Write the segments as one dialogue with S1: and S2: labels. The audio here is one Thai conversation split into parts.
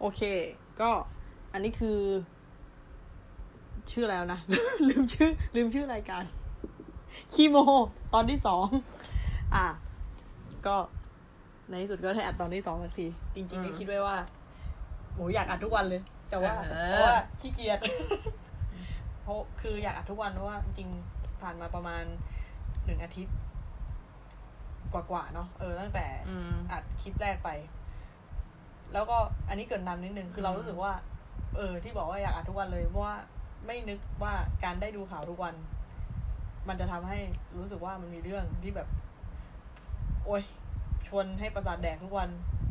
S1: โอเค ก็อันนี้คือ ชื่อแล้วนะ ลืมชื่อ ลืมชื่อรายการคีโม ตอนที่สองอ่ะ ก็ในที่สุดก็ได้อัดตอนที่สองสักที จริงๆก็คิดไว้ว่าโหอยากอัดทุกวันเลย แต่ว่า
S2: เออ
S1: เพราะว่าขี้เกียจ เพราะคืออยากอัดทุกวันเพราะว่าจริงผ่านมาประมาณหนึ่งอาทิตย์ กว่าๆเนาะเออตั้งแต่
S2: อืม
S1: อัดคลิปแรกไป แล้วก็อันนี้เกริดนำนิดนึง คือเรารู้สึกว่า เออ ที่บอกว่าอยากอัดทุกวันเลยเพราะว่าไม่นึกว่าการได้ดูข่าวทุกวัน มันจะทำให้รู้สึกว่ามันมีเรื่องที่แบบ โอ้ย ชวนให้ประสาทแดกทุกวัน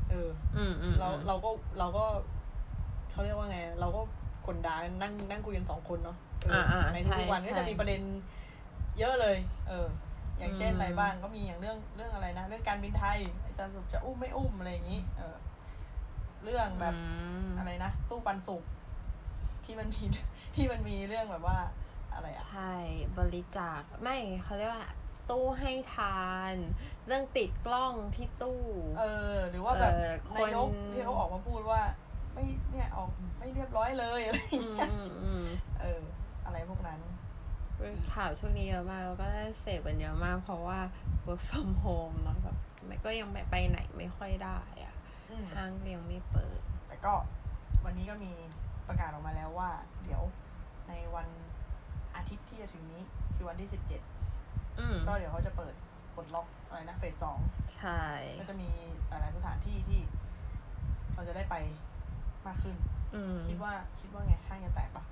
S1: เออ
S2: อืมอืม
S1: เราเราก็เราก็เขาเรียกว่าไง เราก็คนด่ากันนั่งนั่งคุยกันสองคนเนาะเอออา
S2: ๆ
S1: ใน
S2: ใช่
S1: ทุกๆวัน
S2: ใช่
S1: ก็จะมีประเด็นเยอะเลย เออ อย่างเช่น
S2: อืม
S1: อะไรบ้างก็มีอย่างเรื่องเรื่องอะไรนะ เรื่องการบินไทย อาจารย์สรุปจะอุ้มไม่อุ้มอะไรอย่างนี้ เออ เรื่องแบบ
S2: อืม
S1: อะไรนะ ตู้ปันสุกที่มันมี ที่มันมีเรื่องแบบว่า อะไรอะ
S2: ใช่บริจาคไม่เขาเรียกว่า ตู้ให้ทาน เรื่องติดกล้องที่ตู้
S1: เออ หรือว่าแบบ
S2: เออคน
S1: นายกที่เขาออกมาพูดว่า ไม่เนี่ยออกไม่เรียบร้อยเลย อะไรอย่าง
S2: ม
S1: เงี้ย
S2: อืมอืม
S1: เออ อะไรพวกนั้น
S2: ข่าวช่วงนี้เยอะมากแล้วก็ได้เสพกันเยอะมาก เพราะว่า work from home เนาะแบบไม่ก็ยังไม่ไปไหนไม่ค่อยได้อะ
S1: อืม
S2: ห้างก็ยังไม่เปิด
S1: แต่ก็วันนี้ก็มีประกาศออกมาแล้วว่า เดี๋ยวในวันอาทิตย์ที่จะถึงนี้คือวันที่สิบเจ็ด
S2: อืม
S1: ก็เดี๋ยวเขาจะเปิดปลดล็อกอะไรนะเฟสสอง
S2: ใช่
S1: ก็จะมีหลายๆสถานที่ที่ เราจะได้ไปมากขึ้น
S2: อืม
S1: คิดว่าคิดว่าไงห้างจะแตกปะ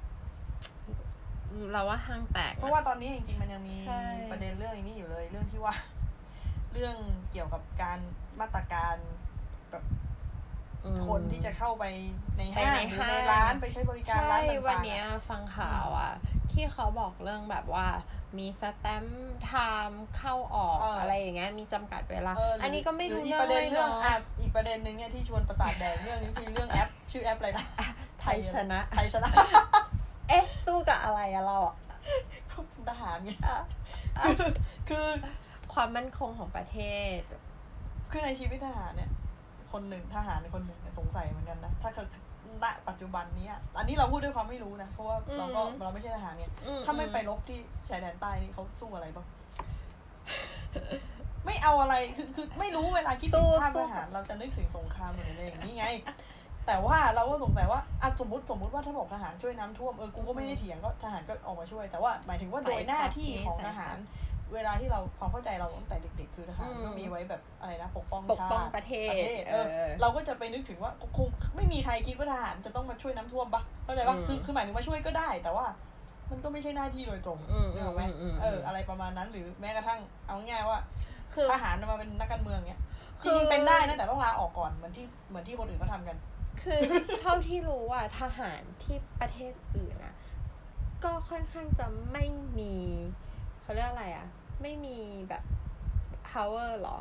S2: เราว่าห้างแตกน
S1: เพราะว่าตอนนี้จริงๆมันยังมี
S2: ใช่
S1: ประเด็นเรื่องไอ้นี้อยู่เลย เรื่องที่ว่า เรื่องเกี่ยวกับการมาตรการ
S2: อืม
S1: คนที่จะเข้าไปในห้าง
S2: ไปใน
S1: หรือใน
S2: ห้าง
S1: ร้านไปใช้บริการ
S2: ใช่
S1: ร้านต่างๆ
S2: วันเนี้ย
S1: อะ
S2: ฟังข่าวอ่ะ ที่เขาบอกเรื่องแบบว่า มีสแตมป์ไทม์เข้าออก
S1: เอออ
S2: อะไรอย่างเงี้ยมีจำกัดเวลา
S1: เห
S2: นนี้ก็ไม่
S1: ห
S2: รู้
S1: อีก
S2: เรื่
S1: ประเด็
S2: อง
S1: น
S2: เลย
S1: เรื่อง
S2: เนาะ
S1: อ่ะอีกประเด็นหนึ่งเนี่ยที่ชวนประสาทแดงเรื่องนี้คือเรื่องแอป ชื่อแอปอะไรนะ
S2: ไทยชนะ
S1: ไทยชนะ
S2: เอ๊ะสู้กับอะไรอะเราอะ
S1: เป็นทหารไง
S2: อ่ะอ่ะ
S1: คือคือ
S2: ความมั่นคงของประเทศ
S1: คือในชีวิตทหารเนี่ย คนหนึ่งทหารคนหนึ่งเนี่ยสงสัยเหมือนกันนะ ถ้าเกิดณปัจจุบันนี้อ่ะอันนี้เราพูดด้วยความไม่รู้นะ เพราะว่าเราก็
S2: อืม
S1: เราไม่ใช่ทหารเนี่ย
S2: อื
S1: ถ้าไม่ไปรบที่ชายแดนใต้นี่เขาสู้อะไรบ้าง ไม่เอาอะไรคือคือไม่รู้เวลาคิดถึงภาพทหารเราจะนึกถึงสงครามหรืออะไรอย่างนี้ไง แต่ว่าเราก็สงสัยว่าอ่ะสมมติสมมติว่าถ้าบอกทหารช่วยน้ำท่วมเออกูก็ไม่ได้เถียงก็ทหารก็ออกมาช่วย แต่ว่าหมายถึงว่าโดยหน้าที่ของทหาร เวลาที่เราความเข้าใจเราตั้งแต่เด็กๆ คือทหารก็มีไว้แบบอะไรนะปกป้อง
S2: ปก
S1: ชา
S2: ป้อง
S1: ติ
S2: ประเท
S1: ป
S2: ศ
S1: ระเทศเออ เราก็จะไปนึกถึงว่าคงไม่มีใครคิดว่าทหารจะต้องมาช่วยน้ำท่วมปะเข้าใจปะ
S2: อืม
S1: คือคือหมายถึงมาช่วยก็ได้ แต่ว่า มันก็ไม่ใช่หน้าที่โดยตรง
S2: อืม
S1: นึกออกไหม
S2: อืมอืม
S1: เออ อะไรประมาณนั้น หรือแม้กระทั่งเอาง่ายๆว่า
S2: คือ
S1: ทหารมาเป็นนักการเมืองเนี้ยจ
S2: คือ
S1: ริงๆเป็นได้นะแต่ต้องลาออกก่อนเหมือนที่เหมือนที่คนอื่นเขาทำกัน
S2: คือเท่าที่รู้อ่ะทหารที่ประเทศอื่นอะก็ค่อนข้างจะไม่มีเขาเรียกอะไรอ่ะ ไม่มีแบบ power หรอ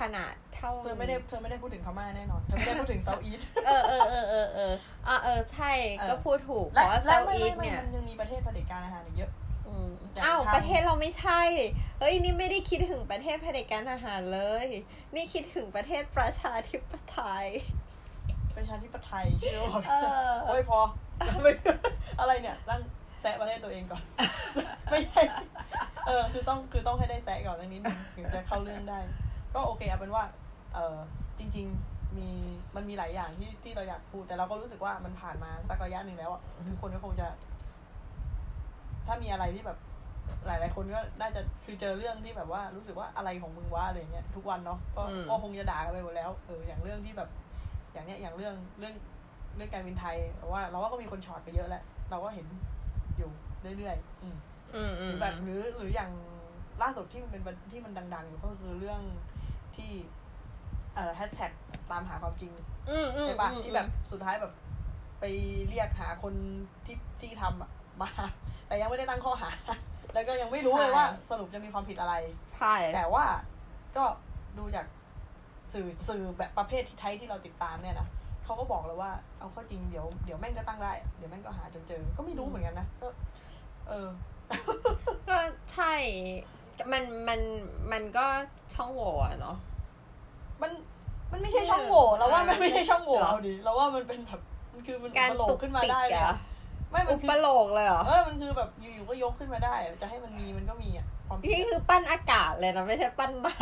S2: ขนาดเท่า
S1: เธอไม่ได้เธอไม่ได้พูดถึงพม่าแน่นอน เธอไม่ได้พูดถึงเซาท์ อีส
S2: เออเออเออเออเอออ่ะเออใช่
S1: เออ
S2: ก็พูดถูก เพ
S1: และ
S2: ราะว่า
S1: และ
S2: เซา
S1: ไม่
S2: อี
S1: ไม่
S2: ส
S1: ไม่
S2: เนี่ย
S1: มันยังมีประเทศเผด็จการอาหารอีกเยอะ
S2: อืม
S1: อย่าง
S2: อ้าว
S1: ไทย
S2: ประเทศเราไม่ใช่ เฮ้ยนี่ไม่ได้คิดถึงประเทศเผด็จการทหารเลย นี่คิดถึงประเทศประชาธิปไตย
S1: ประชาธิปไตยเชื่อว่า
S2: เออ
S1: โอ้ยพอ อะไรเนี่ยตั้งแซะประเทศตัวเองก่อน ไม่ใช่เออ คือต้องคือต้องให้ได้แซะก่อนตรงนี้ถึงจะเข้าเรื่องได้ ก็โอเคเอาเป็นว่า เออจริง ๆ มีมันมีหลายอย่างที่ที่เราอยากพูด แต่เราก็รู้สึกว่ามันผ่านมาสักระยะหนึ่งแล้วอ่ะทุกคนก็คงจะ ถ้ามีอะไรที่แบบ หลาย ๆ คนก็น่าจะคือเจอเรื่องที่แบบว่ารู้สึกว่าอะไรของมึงวะอะไรอย่างเงี้ยทุกวันเนาะก็
S2: อืม
S1: ก็คงจะด่ากันไปหมดแล้วเอออย่างเรื่องที่แบบ อย่างเนี้ยอย่างเรื่องเรื่องเรื่องการบินไทยแต่ว่า เราก็มีคนช็อตไปเยอะแล้ว เราก็เห็นอยู่เรื่อยๆอืม
S2: อืม
S1: ห
S2: อื
S1: รื
S2: ม
S1: อแบบหรือหรืออย่างล่าสุดที่มันเป็นประที่มันดังๆอยู่ก็คือเรื่องที่เอ่อแฮชแท็กตามหาความจริง
S2: อืมอืม
S1: ใช่ปะ
S2: อืม
S1: ที่แบบสุดท้ายแบบ ไปเรียกหาคนที่ที่ทำอะมา แต่ยังไม่ได้ตั้งข้อหา แล้วก็ยังไม่รู้เลยว่า
S2: ใช่
S1: สรุปจะมีความผิดอะไร
S2: ใช่
S1: แต่ว่าก็ดูจากสื่อสื่อแบบประเภทที่ไทยที่เราติดตามเนี่ยนะเขาก็บอกเลยว่าเอาเข้อจริงเดี๋ยวเดี๋ยวแม่งก็ตั้งได้เดี๋ยวแม่งก็หาจนเจอ ก็ไม่รู้เหมือนกันนะก็เออ
S2: ก็ใช่มันมันมันก็ช่องโหว่อะเนาะ
S1: มันมันไม่ใช่ช่องโหว่เราว่ามันไม่ใช่ช่องโหว่
S2: เหรอ
S1: เอาดิเราว่ามันเป็นแบบ มันคือมัน
S2: การ
S1: อุปโล
S2: ตุ
S1: ง
S2: ก
S1: ขึ้นมา
S2: ติก
S1: ได้เลย
S2: เหรอ
S1: อะไม่มั
S2: อุ
S1: นคื
S2: ป
S1: อ
S2: โลกเลยเหรอ
S1: เออมันคือแบบอยู่ๆก็ยกขึ้นมาได้อะจะให้มันมีมันก็มีอ่ะความคิด
S2: นี่คือปั้นอากาศเลยนะไม่ใช่ปั้นน้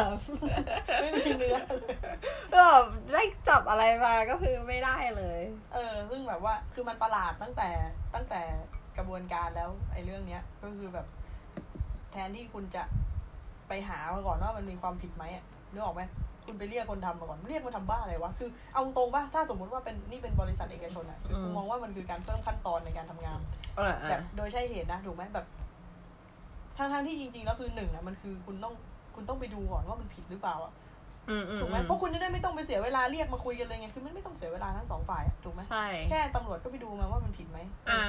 S1: ไม่มีเนื้อ
S2: ำก็แบบได้จับอะไรมาก็คือไม่ได้เลย
S1: เออ ซึ่งแบบว่าคือมันประหลาดตั้งแต่ตั้งแต่กระบวนการแล้วไอ้เรื่องเนี้ย ก็คือแบบ แทนที่คุณจะไปหามาก่อนว่ามันมีความผิดไหมอะนึกออกไหมคุณไปเรียกคนทำมาก่อนเรียกมาทำบ้าอะไรวะคือเอาตรงป่ะถ้าสมมุติว่าเป็นนี่เป็นบริษัทเอกชนอะคือกู
S2: อืม
S1: มองว่ามันคือการเพิ่มขั้นตอนในการทำงาน
S2: เออเอ
S1: แบ
S2: อบ
S1: โดยใช่เหตุนะถูกไหมแบบทั้งทางๆที่จริงๆแล้วคือหนึ่งอะมันคือคุณต้องคุณต้องไปดูก่อนว่ามันผิดหรือเปล่าอะ
S2: อืมอืม
S1: ถูกไหมเพราะคุณจะได้ไม่ต้องไปเสียเวลาเรียกมาคุยกันเลยไงคือมันไม่ต้องเสียเวลาทั้งสองฝ่ายอะถูกไหม
S2: ใช่
S1: แค่ตำรวจก็ไปดูมาว่ามันผิดไหม
S2: อ่ะ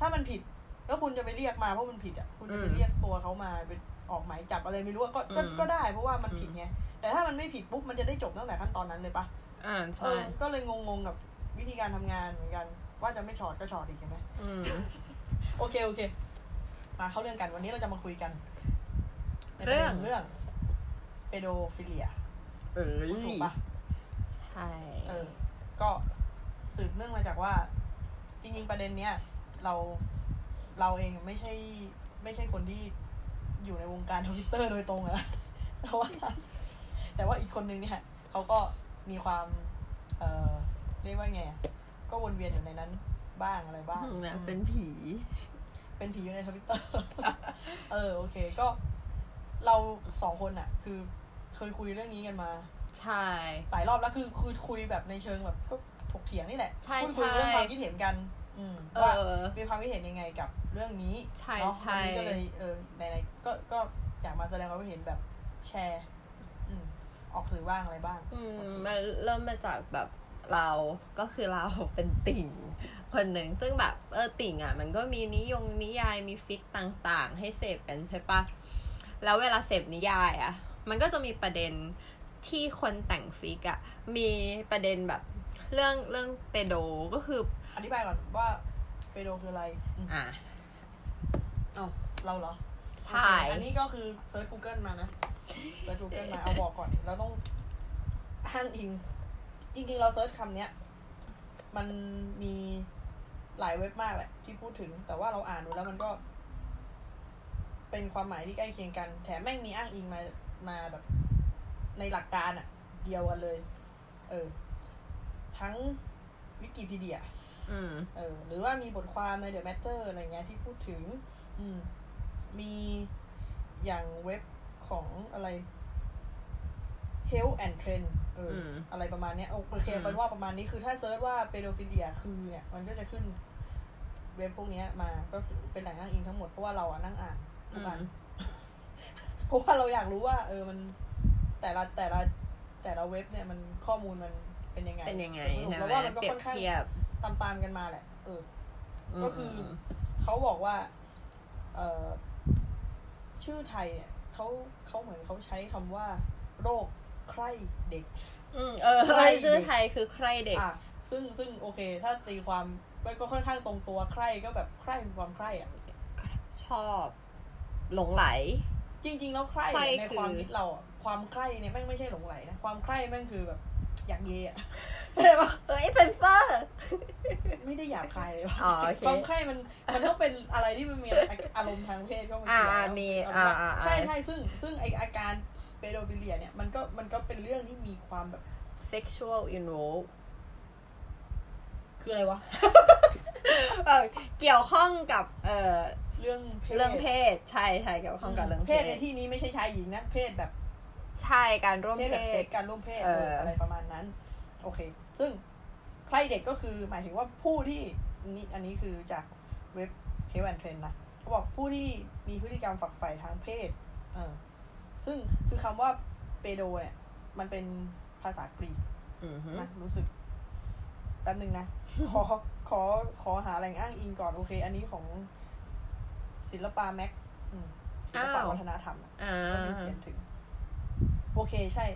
S1: ถ้ามันผิด แล้วคุณจะไปเรียกมาเพราะมันผิดอะคุณจะไป
S2: อืม
S1: เรียกตัวเขามาไปออกหมายจับอะไรไม่รู้อะก็ก็
S2: อืม
S1: ก็ได้เพราะว่ามันผิดไงแต่ถ้ามันไม่ผิดปุ๊บมันจะได้จบตั้งแต่ขั้นตอนนั้นเลยปะ
S2: อ่า
S1: เอ
S2: ใช่
S1: อก็เลยงงๆกับวิธีการทำงานเหมือนกัน ว่าจะไม่ช็อตก็ช็อตอีกใช่ไหม
S2: อืม
S1: โอเค โอเค มาเข้าเรื่องกันวันนี้เราจะมาคุยกันในปะ
S2: เรื่
S1: ด็น
S2: อง
S1: เรื่องเปโดฟิเลีย
S2: เอ้ย
S1: ถูกปะ
S2: ใช่
S1: เออ ก็สืบเนื่องมาจากว่า จริง ๆ ประเด็นเนี้ยเราเราเองไม่ใช่ ไม่ใช่คนที่อยู่ในวงการทวิตเตอร์โดยตรงอะ นะแต่ว่า แต่ว่าอีกคนนึงเนี่ยเขาก็มีความ เออเรียกว่าไงอะก็วนเวียนอยู่ในนั้นบ้างอะไรบ้าง
S2: เนี่ย
S1: อืม
S2: เป็นผี
S1: เป็นผีอยู่ในทวิตเตอร์ เออ โอเค ก็เราสองคนอะคือเคยคุยเรื่องนี้กันมา
S2: ใช่
S1: หลายรอบแล้วคือคือคุยแบบในเชิงแบบก็ถกเถียงนี่แหละ
S2: ใช่
S1: พูดคุย
S2: ใช่
S1: เรื่องความคิดเห็นกัน อืม
S2: เอ
S1: ว่า
S2: อ
S1: มีความคิดเห็นยังไงกับเรื่องนี้
S2: ใช่
S1: เนาะ
S2: ใช่
S1: วันนี้ก็เลยเออไหนๆก็ก็อยากมาแสดงความคิดเห็นแบบแชร์ อืมออกสื่อบ้างอะไรบ้าง
S2: อืม
S1: โอเค
S2: มันเริ่มมาจากแบบเราก็คือเรา เป็นติ่ง คนหนึ่งซึ่งแบบเออติ่งอ่ะ มันก็มีนิยงนิยายมีฟิกต่างๆ ให้เสพกันใช่ปะแล้วเวลาเสพนิยายอ่ะ มันก็จะมีประเด็นที่คนแต่งฟิกอ่ะ มีประเด็นแบบเรื่องเรื่องเปโดก็คือ
S1: อธิบายก่อนว่าเปโดคืออะไรอืม
S2: อ่ะ
S1: เราเหรอ
S2: ใช่
S1: อันนี้ก็คือเซิร์ช Google มานะเซิร์ช Google มา เอาบอกก่อนดิเราต้องห้างอิง จริงๆ เราเซิร์ชคำเนี้ย มันมีหลายเว็บมากแหละ ที่พูดถึง แต่ว่าเราอ่านดูแล้วมันก็ เป็นความหมายที่ใกล้เคียงกัน แถมแม่งมีอ้างอิงมา มาแบบ ในหลักการอะเดียวกันเลย เออ ทั้งวิกิพีเดีย
S2: อืม
S1: เออหรือว่ามีบทความใน The Matter อะไรเงี้ยที่พูดถึง อืม มีอย่างเว็บของอะไร Health and Trend เอออ
S2: ม
S1: อะไรประมาณเนี้ยโอเค
S2: อืม
S1: เป็นว่าประมาณนี้คือถ้าเซิร์ชว่า pedophilia คือเนี่ย มันก็จะขึ้นเว็บพวกเนี้ยมาก็คือเป็นแหล่งอ้างอิงทั้งหมด เพราะว่าเราอะนั่งอ่านทุกอัน เพราะว่าเราอยากรู้ว่า เออมันแต่ละแต่ละแต่ละเว็บเนี่ยมันข้อมูลมันเป็นยังไง
S2: เป็นยังไง
S1: สรุป
S2: ใช่
S1: แล้ว
S2: ไหม
S1: ว่ามันก็
S2: เปรี
S1: ค่
S2: ยบ
S1: อนข้าง
S2: เทียบ
S1: ตามตามๆกันมาแหละเออ ก็คือ
S2: ม
S1: เขาบอกว่า เออชื่อไทยเนี่ยเขาเขาเหมือนเขาใช้คำว่า โรคใคร่เด็ก
S2: อืมเออ
S1: ใครเด็ก
S2: ชื่อไทยคือใครเด็ก
S1: อ่ะซึ่งซึ่งโอเค ถ้าตีความมันก็ค่อนข้างตรงตัวใคร่ก็แบบใคร่มีความใคร่อ่ะ
S2: ชอบ หลงไหล
S1: จริง ๆ แล้วใคร่
S2: ใคร่
S1: เนี่ยใน
S2: คือ
S1: ความคิดเราอะความใคร่เนี่ยแม่งไม่ใช่หลงไหลนะความใคร่แม่งคือแบบ อยากเยอะเข้าใจปะ
S2: เอ้ยเซนเซอร์
S1: ไม่ได้อยากใครเลยว่ะ
S2: อ๋อโอเค
S1: ความใคร่มันมันต้องเป็นอะไรที่มันมีอารมณ์ทางเพศก็มันเกี่ยว
S2: อ่า
S1: แล้ว
S2: มี
S1: เเป็นว่า
S2: อ่าอ่า
S1: ใช่ใช่ซึ่งซึ่งไออาการเปโดฟิเลียเนี่ยมันก็มันก็เป็นเรื่องที่มีความแบบ
S2: sexual involve
S1: คืออะไรวะ
S2: เอ่อเกี่ยวข้องกับเอ่อ
S1: เรื่องเพศ
S2: เรื่องเพศ ใช่ใช่เกี่ยวข้องกับเรื่อง
S1: เพ
S2: เพ
S1: ศใน
S2: ศ
S1: ที่นี้ไม่ใช่ชายหญิงนะเพศแบบ
S2: ใช่การร่วม
S1: เพศ
S2: เพ
S1: แบบเซ็
S2: ศ
S1: กการร่วมเพศ
S2: เออ
S1: เอออะไรประมาณนั้น โอเค ซึ่งใครเด็กก็คือหมายถึงว่าผู้ที่นี่อันนี้คือจากเว็บ Health and Trend นะเขาบอกผู้ที่มีพฤติกรรมฝักใฝ่ทางเพศ เออ ซึ่งคือคำว่าเปโดเนี่ย มันเป็นภาษากรีก
S2: อือหือ
S1: นะรู้สึกแป๊บนึงนะ ขอขอขอหาแหล่งอ้างอิงก่อน โอเค อันนี้ของศิลปะแม็กอืมศิลปะวัฒนธรรมนะ
S2: อ่า
S1: ก็มีเขียนถึง โอเคใช่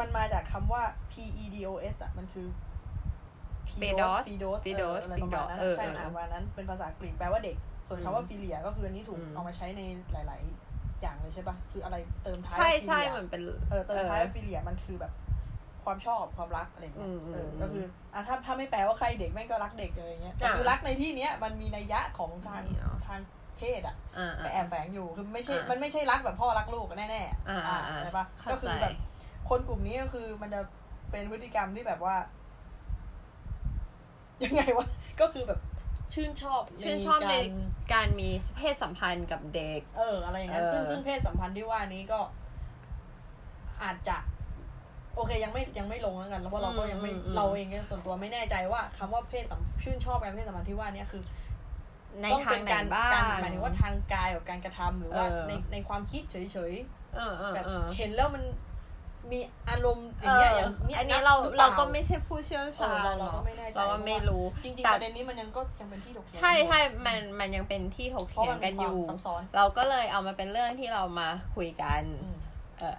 S1: มันมาจากคำว่า P E D O S อ่ะ มันคือ
S2: Pedos
S1: pedos เออ
S2: Pedos
S1: อะไรประมาณนั้น
S2: เออ
S1: อะใช่
S2: เออ
S1: อ่านว่านั้นเป็นภาษากรีกแปลว่าเด็ก ส่วนคำว่า
S2: อืม
S1: ฟิเลียก็คืออันนี้ถูก
S2: อืม
S1: เอามาใช้ในหลาย ๆ อย่างเลยใช่ปะคืออะไรเติมท้าย
S2: ใช่
S1: ว่า
S2: ใช่
S1: philia
S2: มันเป็น
S1: เออเติมท้าย
S2: เออ
S1: ฟิเลียมันคือแบบ ความชอบความรักอะไรอย่างเงี้ย
S2: อืมอืม
S1: เออก็คืออ่ะถ้าถ้าไม่แปลว่าใครเด็กแม่งก็รักเด็กอะไรอย่างเงี้ยแต่
S2: อ่ะ
S1: คือรักในที่เนี้ยมันมีนัยยะของทาง
S2: นี่เหรอ
S1: ทางเพศอ่ะ
S2: อ่า
S1: แต่
S2: อ่า
S1: แอบแฝงอยู่คือไม่ใช่
S2: อ่ะ
S1: มันไม่ใช่รักแบบพ่อรักลูกอะแน่ๆ
S2: อ่ะอ่ะอ่ะ
S1: ใช่ปะก็
S2: เข้าใจ
S1: คือแบบคนกลุ่มนี้ก็คือมันจะเป็นพฤติกรรมที่แบบว่า ยังไง วะก็คือแบบชื่นชอบ
S2: ชื่นชอบใน
S1: การ
S2: การมีเพศสัมพันธ์กับเด็ก
S1: เอออะไรอย่างนั้น
S2: เออ
S1: ซึ่งซึ่งเพศสัมพันธ์ที่ว่านี้ก็ อาจจะ โอเคยังไม่ยังไม่ลงแล้วกันแล้วเพราะเราก็
S2: อืม
S1: ยังไม่
S2: อืมอืม
S1: เราเองเนี่ยส่วนตัวไม่แน่ใจว่าคำว่าเพศสัมชื่นชอบการเพศสัมพันธ์ที่ว่านี้คือ
S2: ใน
S1: ต้อง
S2: ทา
S1: เป็
S2: ง
S1: น
S2: ไหน
S1: การ
S2: บ้าก
S1: าง รหมายถึงว่าทางกายกับการกระทำหรือว่า
S2: เออ
S1: ในในความคิดเฉย
S2: เออเอ
S1: ๆ
S2: อ
S1: แบบ
S2: เออ
S1: เห็นแล้วมันมีอารมณ์อ
S2: เอย่าง
S1: เงี้ย
S2: อ
S1: อย่างย
S2: อันนี้
S1: บ
S2: เรา
S1: หอปล่
S2: เราก็ไม่ใช่ผู้เชี่ยว
S1: เอ
S2: ชา
S1: อ
S2: ญ
S1: เราเรา
S2: เนาะ
S1: ก็ไม่แน่ใจ
S2: เราก็ไม่รู้
S1: จริง
S2: แต่
S1: ๆประเด็นนี้มันยังก็ยังเป็นที่ถกเถียง
S2: ใช่ใช่
S1: อยู่
S2: มันมันยังเป็นที่ถก
S1: เพราะ
S2: เถีย
S1: มั
S2: ง
S1: น
S2: กั
S1: มีความ
S2: นอยู่
S1: ซับซ้อน
S2: เราก็เลยเอามาเป็นเรื่องที่เรามาคุยกัน
S1: อืม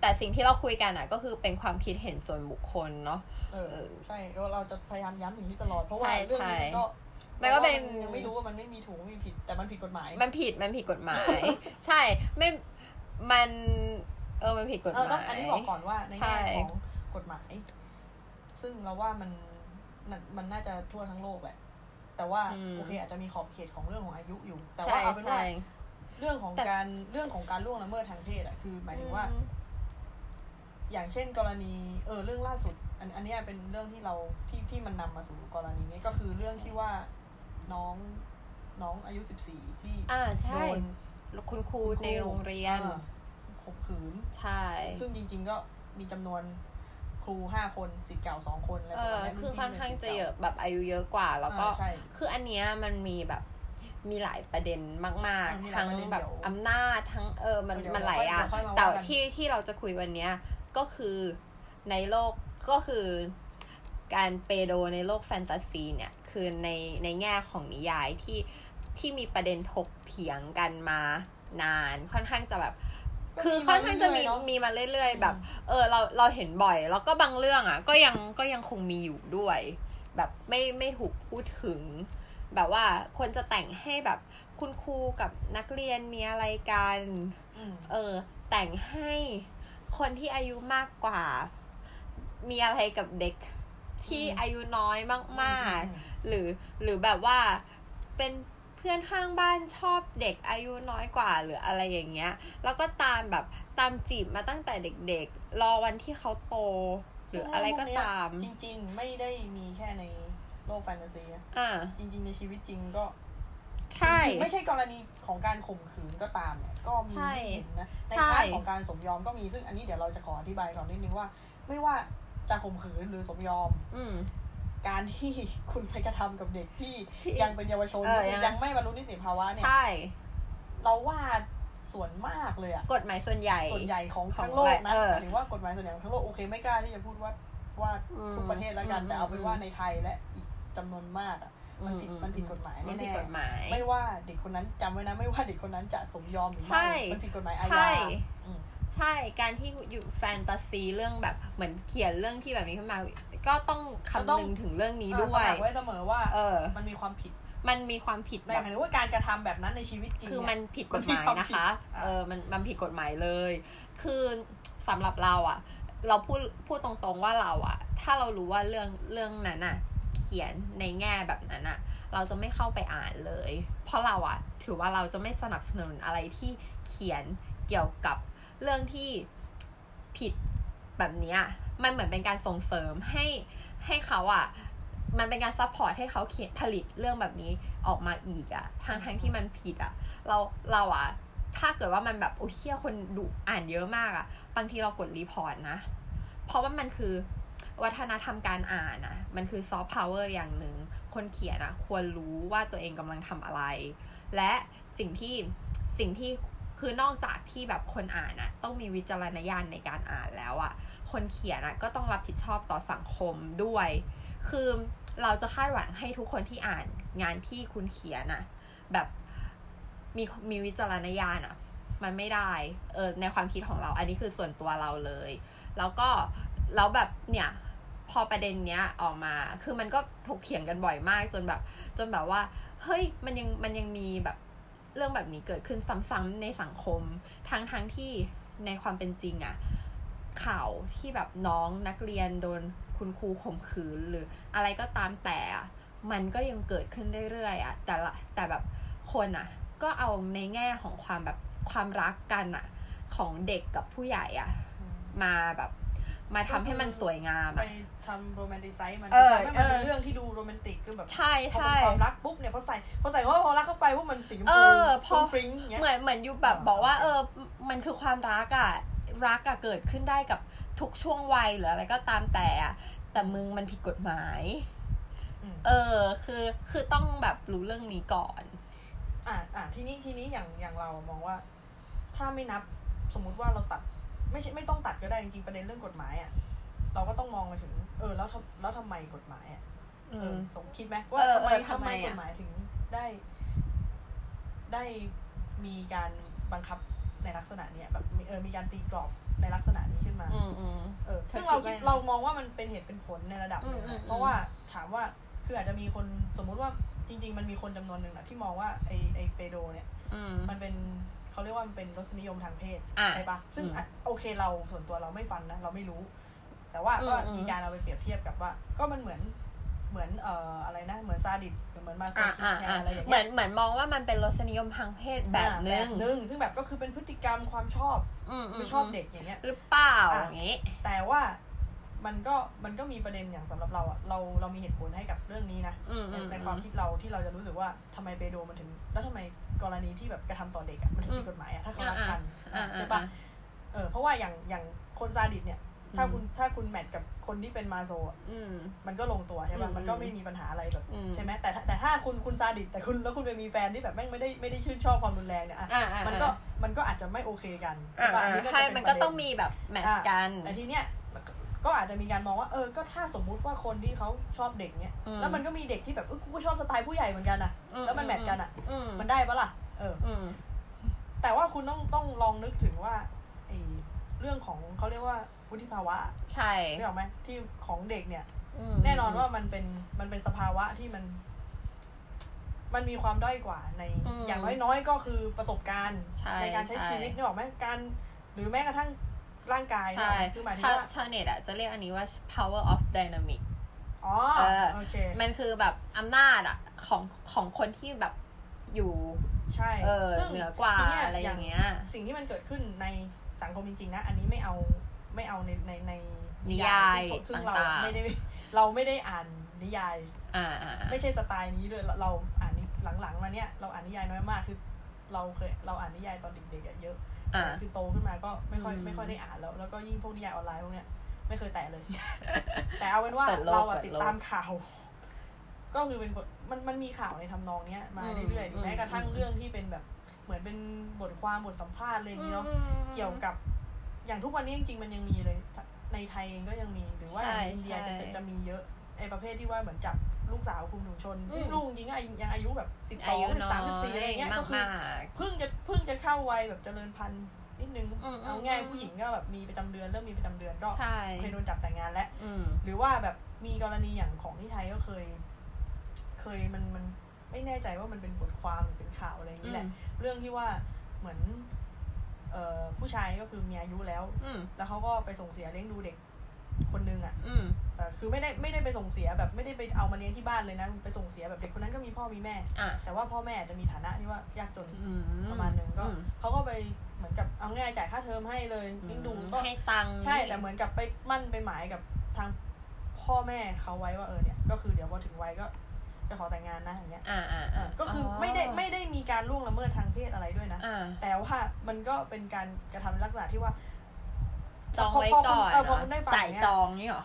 S2: แต่สิ่งที่เราคุยกันอ่ะ ก็คือเป็นความคิดเห็นส่วนบุคคลเนาะ
S1: เออ
S2: เออ
S1: ใช่ก็เราจะพยายามย้ำอย่างนี้ตลอด เพราะว่า
S2: ใช่
S1: เรื่องนี้ก็
S2: ใช่มันก็เป็น
S1: รายังไม่รู้ว่ามันไม่มีถูกไม่มีผิด แต่มันผิดกฎหมาย
S2: มันผิดมันผิดกฎหมาย ใช่ไม่มันเออมันผิดกฎห
S1: เออต้อ
S2: มาง ย
S1: อันนี้บอกก่อนว่าใน
S2: ใช่
S1: แง่ของกฎหมาย ซึ่งเราว่ามันนั่นมันน่าจะทั่วทั้งโลกแหละ แต่ว่าโอเคอาจจะมีขอบเขตของเรื่องของอายุอยู่ แต่ว่า
S2: ใช่
S1: เอาเป็นว่า
S2: ใช่
S1: เรื่องของ
S2: แต่
S1: การเรื่องของการล่วงละเมิดทางเพศอะคือ หมายถึงว่า
S2: อืม
S1: อย่างเช่นกรณีเออเรื่องล่าสุด อันอันเนี้ยเป็นเรื่องที่เราที่ที่มันนำมาสู่กรณีนี้ก็คือเรื่องที่ว่าน้องน้องอายุสิบสี่ที่
S2: อ่า
S1: โด
S2: ใช่
S1: น
S2: คุณครูในโรงเรียน
S1: ออข่มขืน
S2: ใช่
S1: ซึ่งจริง ๆ ก็มีจำนวนครูห้าคนสิทธิ์เก่าสองคนอะไร
S2: เอ
S1: ประ
S2: อ
S1: มาณนี้
S2: คือ
S1: ที่
S2: ค่อน
S1: ป็
S2: ข้างจะ
S1: สิทธิ์
S2: เย
S1: ก่
S2: อะแบบอายุเยอะกว่า แล้วก็
S1: อ่าใช่
S2: คืออันเนี้ยมันมีแบบมีหลายประเด็นมาก
S1: อ่ามี
S2: ๆ
S1: หลาย
S2: ทั้ง
S1: ประเด็น
S2: แบบ
S1: เดี๋ยว
S2: อำนาจทั้งเออมัน
S1: เดี๋ยว
S2: มันหลายอย่าง
S1: เดี๋ยวค่อยมาว่ากัน
S2: แต่ที่ที่เราจะคุยวันเนี้ยก็คือในโลกก็คือการเปโดในโลกแฟนตาซีเนี่ยคือในในแง่ของนิยายที่ที่มีประเด็นถกเถียงกันมานานค่อนข้างจะแบบ
S1: ก็
S2: คือ
S1: มี
S2: ค่อนข้างจะมี
S1: เรื่ยๆเนอะ
S2: มีมาเรื่อย
S1: อืม
S2: ๆ แบบ เออเราเราเห็นบ่อย แล้วก็บางเรื่องอ่ะ ก็ยังก็ยังคงมีอยู่ด้วย แบบไม่ไม่ถูกพูดถึง แบบว่าคนจะแต่งให้แบบคุณครูกับนักเรียนมีอะไรกัน
S1: อืม
S2: เออ แต่งให้คนที่อายุมากกว่า มีอะไรกับเด็กที่อายุน้อยมากๆ หรือหรือแบบว่าเป็นเพื่อนข้างบ้านชอบเด็กอายุน้อยกว่าหรืออะไรอย่างเงี้ย แล้วก็ตามแบบตามจีบมาตั้งแต่เด็กๆ รอวันที่เขาโต หรืออะไรก็ตาม
S1: จริง ๆ ไม่ได้มีแค่ในโลกแฟนตาซีอะ
S2: อ่า
S1: จริง ๆ ในชีวิตจริงก็
S2: ใช่
S1: จริงๆไม่ใช่กรณีของการข่มขืนก็ตามเนี่ยก็มี
S2: ใช่
S1: ให้เห็นนะใน
S2: ใช่
S1: ภาพของการสมยอมก็มีซึ่งอันนี้เดี๋ยวเราจะขออธิบายก่อนนิดนึงว่า ไม่ว่าจะข่มขืนหรือสมยอม
S2: อืม
S1: การที่ คุณไปกระทำกับเด็กที่
S2: ที่
S1: ยังเป็นเยาวชน
S2: เออ
S1: หรือ
S2: ยั
S1: ยัง
S2: ง
S1: ไม่บรรลุนิติภาวะเนี่ย
S2: ใช่
S1: เราว่าส่วนมากเลยอะ
S2: กฎหมายส่วนใหญ่
S1: ส่วนใหญ่ของ
S2: ของ
S1: ทั้งโลกนะ
S2: เออ
S1: หมายถึงว่ากฎหมายส่วนใหญ่ของทั้งโลกโอเคไม่กล้าที่จะพูดว่าว่า
S2: อืม
S1: ทุกประเทศแล้วกัน
S2: อืม
S1: แต่เอาเป็น
S2: อืม
S1: ว่าในไทยและอีกจำนวนมากอะมันผิด
S2: อื
S1: มันผิดกฎหมาย
S2: มัน
S1: แน่ๆ
S2: ผิดกฎหมาย
S1: ไม่ว่าเด็กคนนั้นจำไว้นะไม่ว่าเด็กคนนั้นจะสมยอมหรือ
S2: ใช่
S1: ไม่มันผิดกฎหมายอา
S2: ใช่
S1: ญาอืม
S2: ใช่การที่อยู่แฟนตาซีเรื่องแบบเหมือนเขียนเรื่องที่แบบนี้ขึ้นมา ก็ต้องคำนึงถึงเรื่องนี้ด้ว
S1: เออย ตระหนักไว้เสมอว่า
S2: เออ
S1: มันมีความผิด
S2: มันมีความผิด
S1: ห
S2: แบบ
S1: มายถึงว่าการกระทำแบบนั้นในชีวิตจริง
S2: คือ
S1: เย
S2: มันผิดกฎหมายนะคะ
S1: มันมีความผิดอ่ะ
S2: เออ มัน มันผิดกฎหมายเลย คือสำหรับเราอะเราพูด พูดตรงๆว่าเราอะถ้าเรารู้ว่าเรื่อง เรื่องนั้นอะเขียนในแง่แบบนั้นอะเราจะไม่เข้าไปอ่านเลย เพราะเราอะถือว่าเราจะไม่สนับสนุนอะไรที่เขียนเกี่ยวกับเรื่องที่ผิดแบบเนี้ยมันเหมือนเป็นการส่งเสริมให้ ให้เขาอะมันเป็นการซัพพอร์ตให้เขาเขียนผลิตเรื่องแบบนี้ออกมาอีกอะทางทางๆที่มันผิดอะ เราเราอะถ้าเกิดว่ามันแบบโอ้เชี่ยคนดุอ่านเยอะมากอะบางทีเรากดรีพอร์ตนะ เพราะว่ามันคือวัฒนธรรมการอ่านอะมันคือซอฟต์พาวเวอร์อย่างหนึ่ง คนเขียนอะควรรู้ว่าตัวเองกำลังทำอะไร และสิ่งที่สิ่งที่คือนอกจากที่แบบคนอ่านอะต้องมีวิจารณญาณในการอ่านแล้วอะคนเขียนอะก็ต้องรับผิดชอบต่อสังคมด้วย คือเราจะคาดหวังให้ทุกคนที่อ่านงานที่คุณเขียนอะ แบบมีมีวิจารณญาณอะมันไม่ได้เออในความคิดของเรา อันนี้คือส่วนตัวเราเลย แล้วก็แล้วแบบเนี่ย พอประเด็นเนี้ยออกมา คือมันก็ถกเถียงกันบ่อยมากจนแบบ จนแบบว่า เฮ้ยมันยังมันยังมีแบบเรื่องแบบนี้เกิดขึ้นซ้ำๆในสังคมทั้งทั้งที่ในความเป็นจริงอะ ข่าวที่แบบน้องนักเรียนโดนคุณครูข่มขืนหรืออะไรก็ตามแต่อะมันก็ยังเกิดขึ้นเรื่อยๆอ่ะแต่ละแต่แบบคนอ่ะ ก็เอาในแง่ของความแบบความรักกันอ่ะ ของเด็กกับผู้ใหญ่อ่ะ มาแบบ มาทำให้มันสวยงาม
S1: ไป
S2: อ่ะ
S1: ทำโรแมนติไซส์มัน
S2: เออ
S1: ทำให้มันเป็
S2: เอนอ
S1: เรื่องที่ดูโรแมนติกก็แบบ
S2: ใช่
S1: พอ
S2: ใช่
S1: เป็นความรักปุ๊บเนี่ยพอใส่พอใส่ว่าพอรักเข้าไปว่ามันสีชม
S2: เอ
S1: พู
S2: อพอ
S1: ฟุ้งฟริ้งอย่างเงี้ย
S2: เหมือนเหมือนยูแบบ
S1: อ่า
S2: บอกว่า
S1: โอเค
S2: เออ มันคือความรักอะรักอะเกิดขึ้นได้กับทุกช่วงวัยหรืออะไรก็ตามแต่อะแต่มึงมันผิดกฎหมาย
S1: ม
S2: เออ คือคือต้องแบบรู้เรื่องนี้ก่อน
S1: อ่าอ่าทีนี้ทีนี้อย่างอย่างเรามองว่า ถ้าไม่นับสมมุติว่าเราตัด ไม่ใช่ไม่ต้องตัดก็ได้จริงๆประเด็นเรื่องกฎหมายอะ่ะ เราก็ต้องมองมาถึง เออ แล้วทำแล้วทำไมกฎหมายอะ่ะ
S2: อื
S1: เออ
S2: ม
S1: สมคิดไหมว่า
S2: เออ
S1: ทำไม
S2: เออ
S1: ทำ
S2: ทำ
S1: ไม
S2: ไม
S1: ก
S2: อะ
S1: ฎหมายถึงได้ ได้มีการบังคับในลักษณะเนี้ยแบบมีเออมีการตีกรอบในลักษณะนี้ขึ้นมา
S2: อืมอืม
S1: เออ
S2: เธอ
S1: ซึ่งเรา
S2: คิดว่ายังไง
S1: เรามองว่ามันเป็นเหตุเป็นผลในระดับหนึง
S2: อืมอื
S1: อะ
S2: มอืม
S1: เพราะว่าถามว่าคืออาจจะมีคนสมมุติว่าจริง ๆ มันมีคนจำนวนหนึ่งนะที่มองว่าไอไอเปโดเนี่ย
S2: อืม
S1: มันเป็นเขาเรียกว่ามันเป็นรสนิยมทางเพศ
S2: อ่ะ
S1: ใช่ปะซึ่ง
S2: อืม
S1: อ่ะโอเคเราส่วนตัวเราไม่ฟันนะ เราไม่รู้ แต่ว่าก็
S2: อืมอืม
S1: มีการเอาไปเปรียบเทียบกับว่า ก็มันเหมือนเหมือนเอ่ออะไรนะ เหมือนซาดิสเหมือนมาโซ
S2: ะ
S1: คิส
S2: อ่ะ
S1: ไง
S2: อ่ะ
S1: อะไรอย่าง
S2: เหมื
S1: เงี้
S2: อย นเหมือนมองว่ามันเป็นรสนิยมทางเพศแบบ
S1: อ่ะ
S2: นึง
S1: หนึ่งซึ่งแบบก็คือเป็นพฤติกรรมความชอบ
S2: อืม
S1: ไม่ชอบเด็กอย่างเงี้ย
S2: หรือเปล่า
S1: อ่ะ
S2: อย่างงี้
S1: แต่ว่ามันก็มันก็มีประเด็นอย่างสำหรับเราอะเราเรามีเหตุผลให้กับเรื่องนี้นะ
S2: อืม
S1: ใน
S2: อืม
S1: ในความคิดเราที่เราจะรู้สึกว่าทำไมเปโดมันถึง แล้วทำไมกรณีที่แบบกระทำต่อเด็กอะมันถึงผิดกฎหมายอะถ้าเขารักกัน
S2: อ่า
S1: ใช่
S2: อ่า
S1: ปะ เออเพราะว่าอย่างอย่างคนซาดิสเนี่ย ถ้าคุณถ้าคุณแมทกับคนที่เป็นมาโซอะ
S2: อืม
S1: มันก็ลงตัวใช่
S2: อื
S1: ป่ะ
S2: ม
S1: มันก็ไม่มีปัญหาอะไรแบบ
S2: อืม
S1: ใช่ไหมแต่ถ้าแต่ถ้าคุณคุณซาดิสแต่คุณแล้วคุณไปมีแฟนที่แบบแม่งไม่ได้ไม่ได้ชื่นชอบความรุนแรงเนี่ยอะ
S2: อ่าอ่า
S1: มันก็มันก็อาจจะไม่โอเคกัน
S2: อ่า
S1: ใช่ป่ะอันนี้
S2: ใช่
S1: จะเป็
S2: มัน
S1: ป
S2: ก็
S1: ระเด็
S2: ต้องมีแบบแมทช์กัน
S1: แต่ทีเนี้ยก็อาจจะมีการมองว่าเออก็ถ้าสมมุติว่าคนที่เขาชอบเด็กเนี่ย
S2: อืม
S1: แล้วมันก็มีเด็กที่แบบเออกูก็ชอบสไตล์ผู้ใหญ่เหมือนกันอะ
S2: อื
S1: แล้วมันแมทกันอะ
S2: อืม
S1: มันได้ปะล่ะเออ
S2: อืม
S1: แต่ว่าคุณต้องต้องลองนึกถึงว่าไอเรื่องของเขาเรียกว่าวุฒิภาวะ
S2: ใช่
S1: ไม่ออกไหมที่ของเด็กเนี่ย
S2: ม
S1: แน่นอนว่ามันเป็นมันเป็นสภาวะที่มัน มันมีความด้อยกว่าใน อย่างน้อยๆก็คือประสบการณ์
S2: ใช่
S1: การใช้ชีวิตนี่ออกไหมการ หรือแม้กระทั่งร่างกาย
S2: ใช่
S1: เนี่ยคือหมายถึง
S2: ชาว
S1: ว่า
S2: ชาวเน็ตอ่ะจะเรียกอันนี้ว่า power of dynamic
S1: อ๋อ
S2: เออ
S1: โอเค
S2: มันคือแบบอำนาจอ่ะของของคนที่แบบอยู่
S1: ใช่
S2: เออ
S1: ซึ่ง
S2: เหนือกว่า
S1: ทีเนี้
S2: อะไรอย่างเงี้ย
S1: สิ่งที่มันเกิดขึ้นในสังคมจริงๆนะ อันนี้ไม่เอาไม่เอาในในใน
S2: นิยาย
S1: ซึ่งเรา
S2: ต่างๆ
S1: ไม่ได้เราไม่ได้อ่านนิยาย
S2: อ่าอ่าอ่า
S1: ไม่ใช่สไตล์นี้ด้วยเราเราอ่านนิหลังๆมาเนี่ยเราอ่านนิยายน้อยมากคือ เราเคยเราอ่านนิยายตอนเด็กๆอะเยอะ
S2: อ่า
S1: แต่คือโตขึ้นมาก็ไม่ค่อย
S2: อืม
S1: ไม่ค่อยได้อ่านแล้ว แล้วก็ยิ่งพวกนิยายออนไลน์พวกเนี้ยไม่เคยแตะเลย แต่เอาเป็นว่า
S2: เปิดโลก
S1: เราอะ
S2: เปิ
S1: ติด
S2: ดโลก
S1: ตามข่าว ก็คือเป็นคนมันมันมีข่าวในทำนองเนี้ยมา
S2: อืม
S1: เรื่อยๆหรือแม้
S2: อืม
S1: กระทั่งเรื่องที่เป็นแบบ เหมือนเป็นบทความบทสัมภาษณ์อะไรอย่างเงี้ยเนาะเกี่ยวกับ อย่างทุกวันนี้จริงๆมันยังมีเลย ในไทยเองก็ยังมีหรือว่า
S2: ใช่
S1: ในอินเดียจะ
S2: ใช่
S1: จะมีเยอะไอ้ประเภทที่ว่าเหมือนจับลูกสาวคุมถุงชน
S2: อืม
S1: ลูกจริงๆก็ยังอายุแบบสิบส
S2: อา
S1: อง
S2: ยุ
S1: สิบ
S2: น้อ
S1: สามสิบสี่อะไร
S2: ย
S1: เงี้ย
S2: มา
S1: ก็
S2: ก
S1: คือ
S2: มาก
S1: เพิ่งจะเพิ่งจะเข้าวัยแบบเจริญพันธุ์นิดนึง
S2: อืม
S1: เอาง่าย
S2: อืม
S1: ผู้หญิงก็แบบมีประจำเดือนเริ่มมีประจำเดือนก็
S2: ๆใช่
S1: เคยโดนจับแต่งงานแล้ว
S2: อืม
S1: หรือว่าแบบมีกรณีอย่างของที่ไทยก็เคย เคยมันมันไม่แน่ใจว่ามันเป็นบทความหรือเป็นข่าวอะไรอย่างนี้แหละ เรื่องที่ว่าเหมือน เอ่อผู้ชายก็คือมีอายุแล้ว
S2: อืม
S1: แล้วเขาก็ไปส่งเสียเลี้ยงดูเด็กคนนึงอะ่ะ
S2: อืม
S1: เอ่อคือไม่ได้ไม่ได้ไปส่งเสียแบบไม่ได้ไปเอามาเลี้ยงที่บ้านเลยนะ ไปส่งเสียแบบเด็กคนนั้นก็มีพ่อมีแม่
S2: อ่ะ
S1: แต่ว่าพ่อแม่อาจจะมีฐานะที่ว่ายากจน
S2: อื
S1: ประมาณหนึ่งก็
S2: อื
S1: เขาก็ไปเหมือนกับเอาง่ายจ่ายค่าเทอมให้เลยเลี้ยงดูก็
S2: ให้ตังค์
S1: ใช่แต่เหมือนกับไปมั่นไปหมายกับทางพ่อแม่เขาไว้ว่าเออเนี่ย ก็คือเดี๋ยวพอถึงวัยก็จะขอแต่งงานนะอย่างเงี้ย
S2: อ่าอ่า
S1: เออก็คืออไม่ได้ไม่ได้มีการล่วงละเมิดทางเพศอะไรด้วยนะ
S2: อ่า
S1: แต่ว่ามันก็เป็นการกระทำในลักษณะที่ว่า
S2: จองไว้ก่อน
S1: เออพอ
S2: เนาะ
S1: ได้ฟัง
S2: จ่าย
S1: เนี่ย
S2: จองนี่หรอ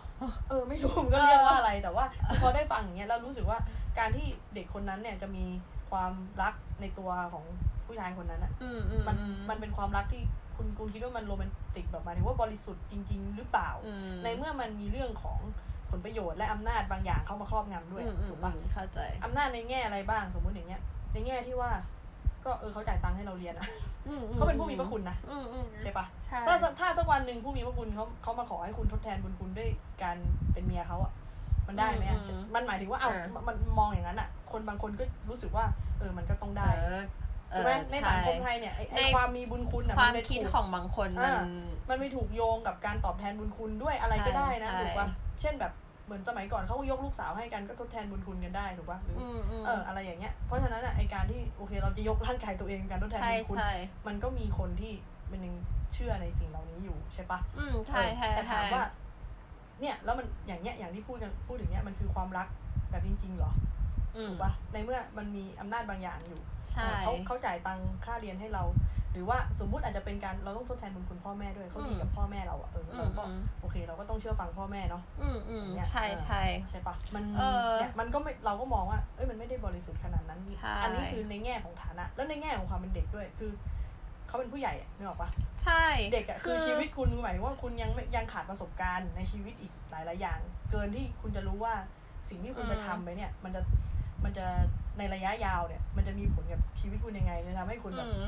S1: เออไม่รู้มันก็เรียกว่าอะไรแต่ว่าพอได้ฟังอย่างเงี้ยเรารู้สึกว่าการที่เด็กคนนั้นเนี่ยจะมีความรักในตัวของผู้ชายคนนั้นอะ
S2: อืมอื
S1: มันมันเป็นความรักที่คุณคุณคิดว่ามันโรแมนติกแบบหมายถึงว่าบริสุทธิ์จริง ๆ หรือเปล่า
S2: อืม
S1: ในเมื่อมันมีเรื่องของผลประโยชน์และอำนาจบางอย่างเข้ามาครอบงำด้วย
S2: อืมอืม
S1: ถูกปะ
S2: อืมเข้าใจ
S1: อำนาจในแง่อะไรบ้างสมมุติอย่างเงี้ย ในแง่ที่ว่า ก็เออเขาจ่ายตังค์ให้เราเรียนอะ
S2: อืมอืม
S1: เขาเป็นผู้มีพระคุณนะ
S2: อืมอืม
S1: ใช่ปะ
S2: ใช่
S1: ถ้าถ้าสักวันหนึ่งผู้มีพระคุณเขาเขามาขอให้คุณทดแทนบุญคุณด้วยการเป็นเมียเขาอะมันได้ไหมอะมันหมายถึงว่าเอามันมองอย่างนั้นอะคนบางคนก็รู้สึกว่า เออมันก็ต้อง
S2: เอ
S1: ได้
S2: อ เอ
S1: ถูก
S2: อ
S1: ไหมในสังคมไท
S2: ใช่
S1: ยเนี่ยไอ้ไอ้
S2: ใน
S1: ความมีบุญคุณอ่ะ
S2: ความ
S1: นไปถูก
S2: คิดของบางคนมัน
S1: อ่า มันไม่ถูกโยงกับการตอบแทนบุญคุณด้วยอะไรก็
S2: ใช่
S1: ได้นะ
S2: ใช่
S1: ถูกปะเช่นแบบเหมือนสมัยก่อนเขาก็ยกลูกสาวให้กันก็ทดแทนบุญคุณกันได้ถูกปะหรืออ
S2: อืมอืม
S1: เอออะไรอย่างเงี้ยเพราะฉะนั้นอะไอการที่โอเคเราจะยกร่างกายตัวเองเป็นการทดแทน
S2: ใช่
S1: บุญคุณ
S2: ใช่
S1: มันก็มีคนที่มันยังเชื่อในสิ่งเหล่านี้อยู่ใช่ปะ
S2: อืมใช่ใช่
S1: เออแต่ถา
S2: ใช่
S1: มว่า เนี่ยแล้วมันอย่างเงี้ยอย่างที่พูดกันพูดถึงเนี้ยมันคือความรักแบบจริงๆเหรอ
S2: อืม
S1: ถูกปะในเมื่อมันมีอำนาจบางอย่างอยู่
S2: ใช่
S1: เขาเขาจ่ายตังค่าเรียนให้เรา หรือว่าสมมุติอาจจะเป็นการเราต้องทดแทนบุญคุณพ่อแม่ด้วยเขาดี
S2: อืม
S1: กับพ่อแม่เราอะเออ
S2: อื
S1: เรา
S2: ม
S1: ก็
S2: อืม
S1: โอเค เราก็ต้องเชื่อฟังพ่อแม่เนาะ
S2: อืมอืม
S1: อย่างเงี้ย
S2: ใช่
S1: เออ
S2: ใช่
S1: ใช่ปะมัน
S2: เออ
S1: เนี่ยมันก็ไม่เราก็มองว่าเอ้ยมันไม่ได้บริสุทธิ์ขนาดนั้น
S2: ใช่
S1: อันี้คือในแง่ของฐานะ แล้วในแง่ของความเป็นเด็กด้วยคือเขาเป็นผู้ใหญ่อะนึกออกปะ
S2: ใช่
S1: เด็กอะคือชีวิตคุณหมายถึงว่าคุณยังไม่ยังขาดประสบการณ์ในชีวิตอีกหลายๆอย่าง เกินที่คุณจะรู้ว่าสิ่งที่คุณไปทำไปเนี่ย มันจะมันจะในระยะยาวเนี่ย มันจะมีผลกับชีวิตคุณยังไงเลยทำให้คุณแบบ
S2: อืม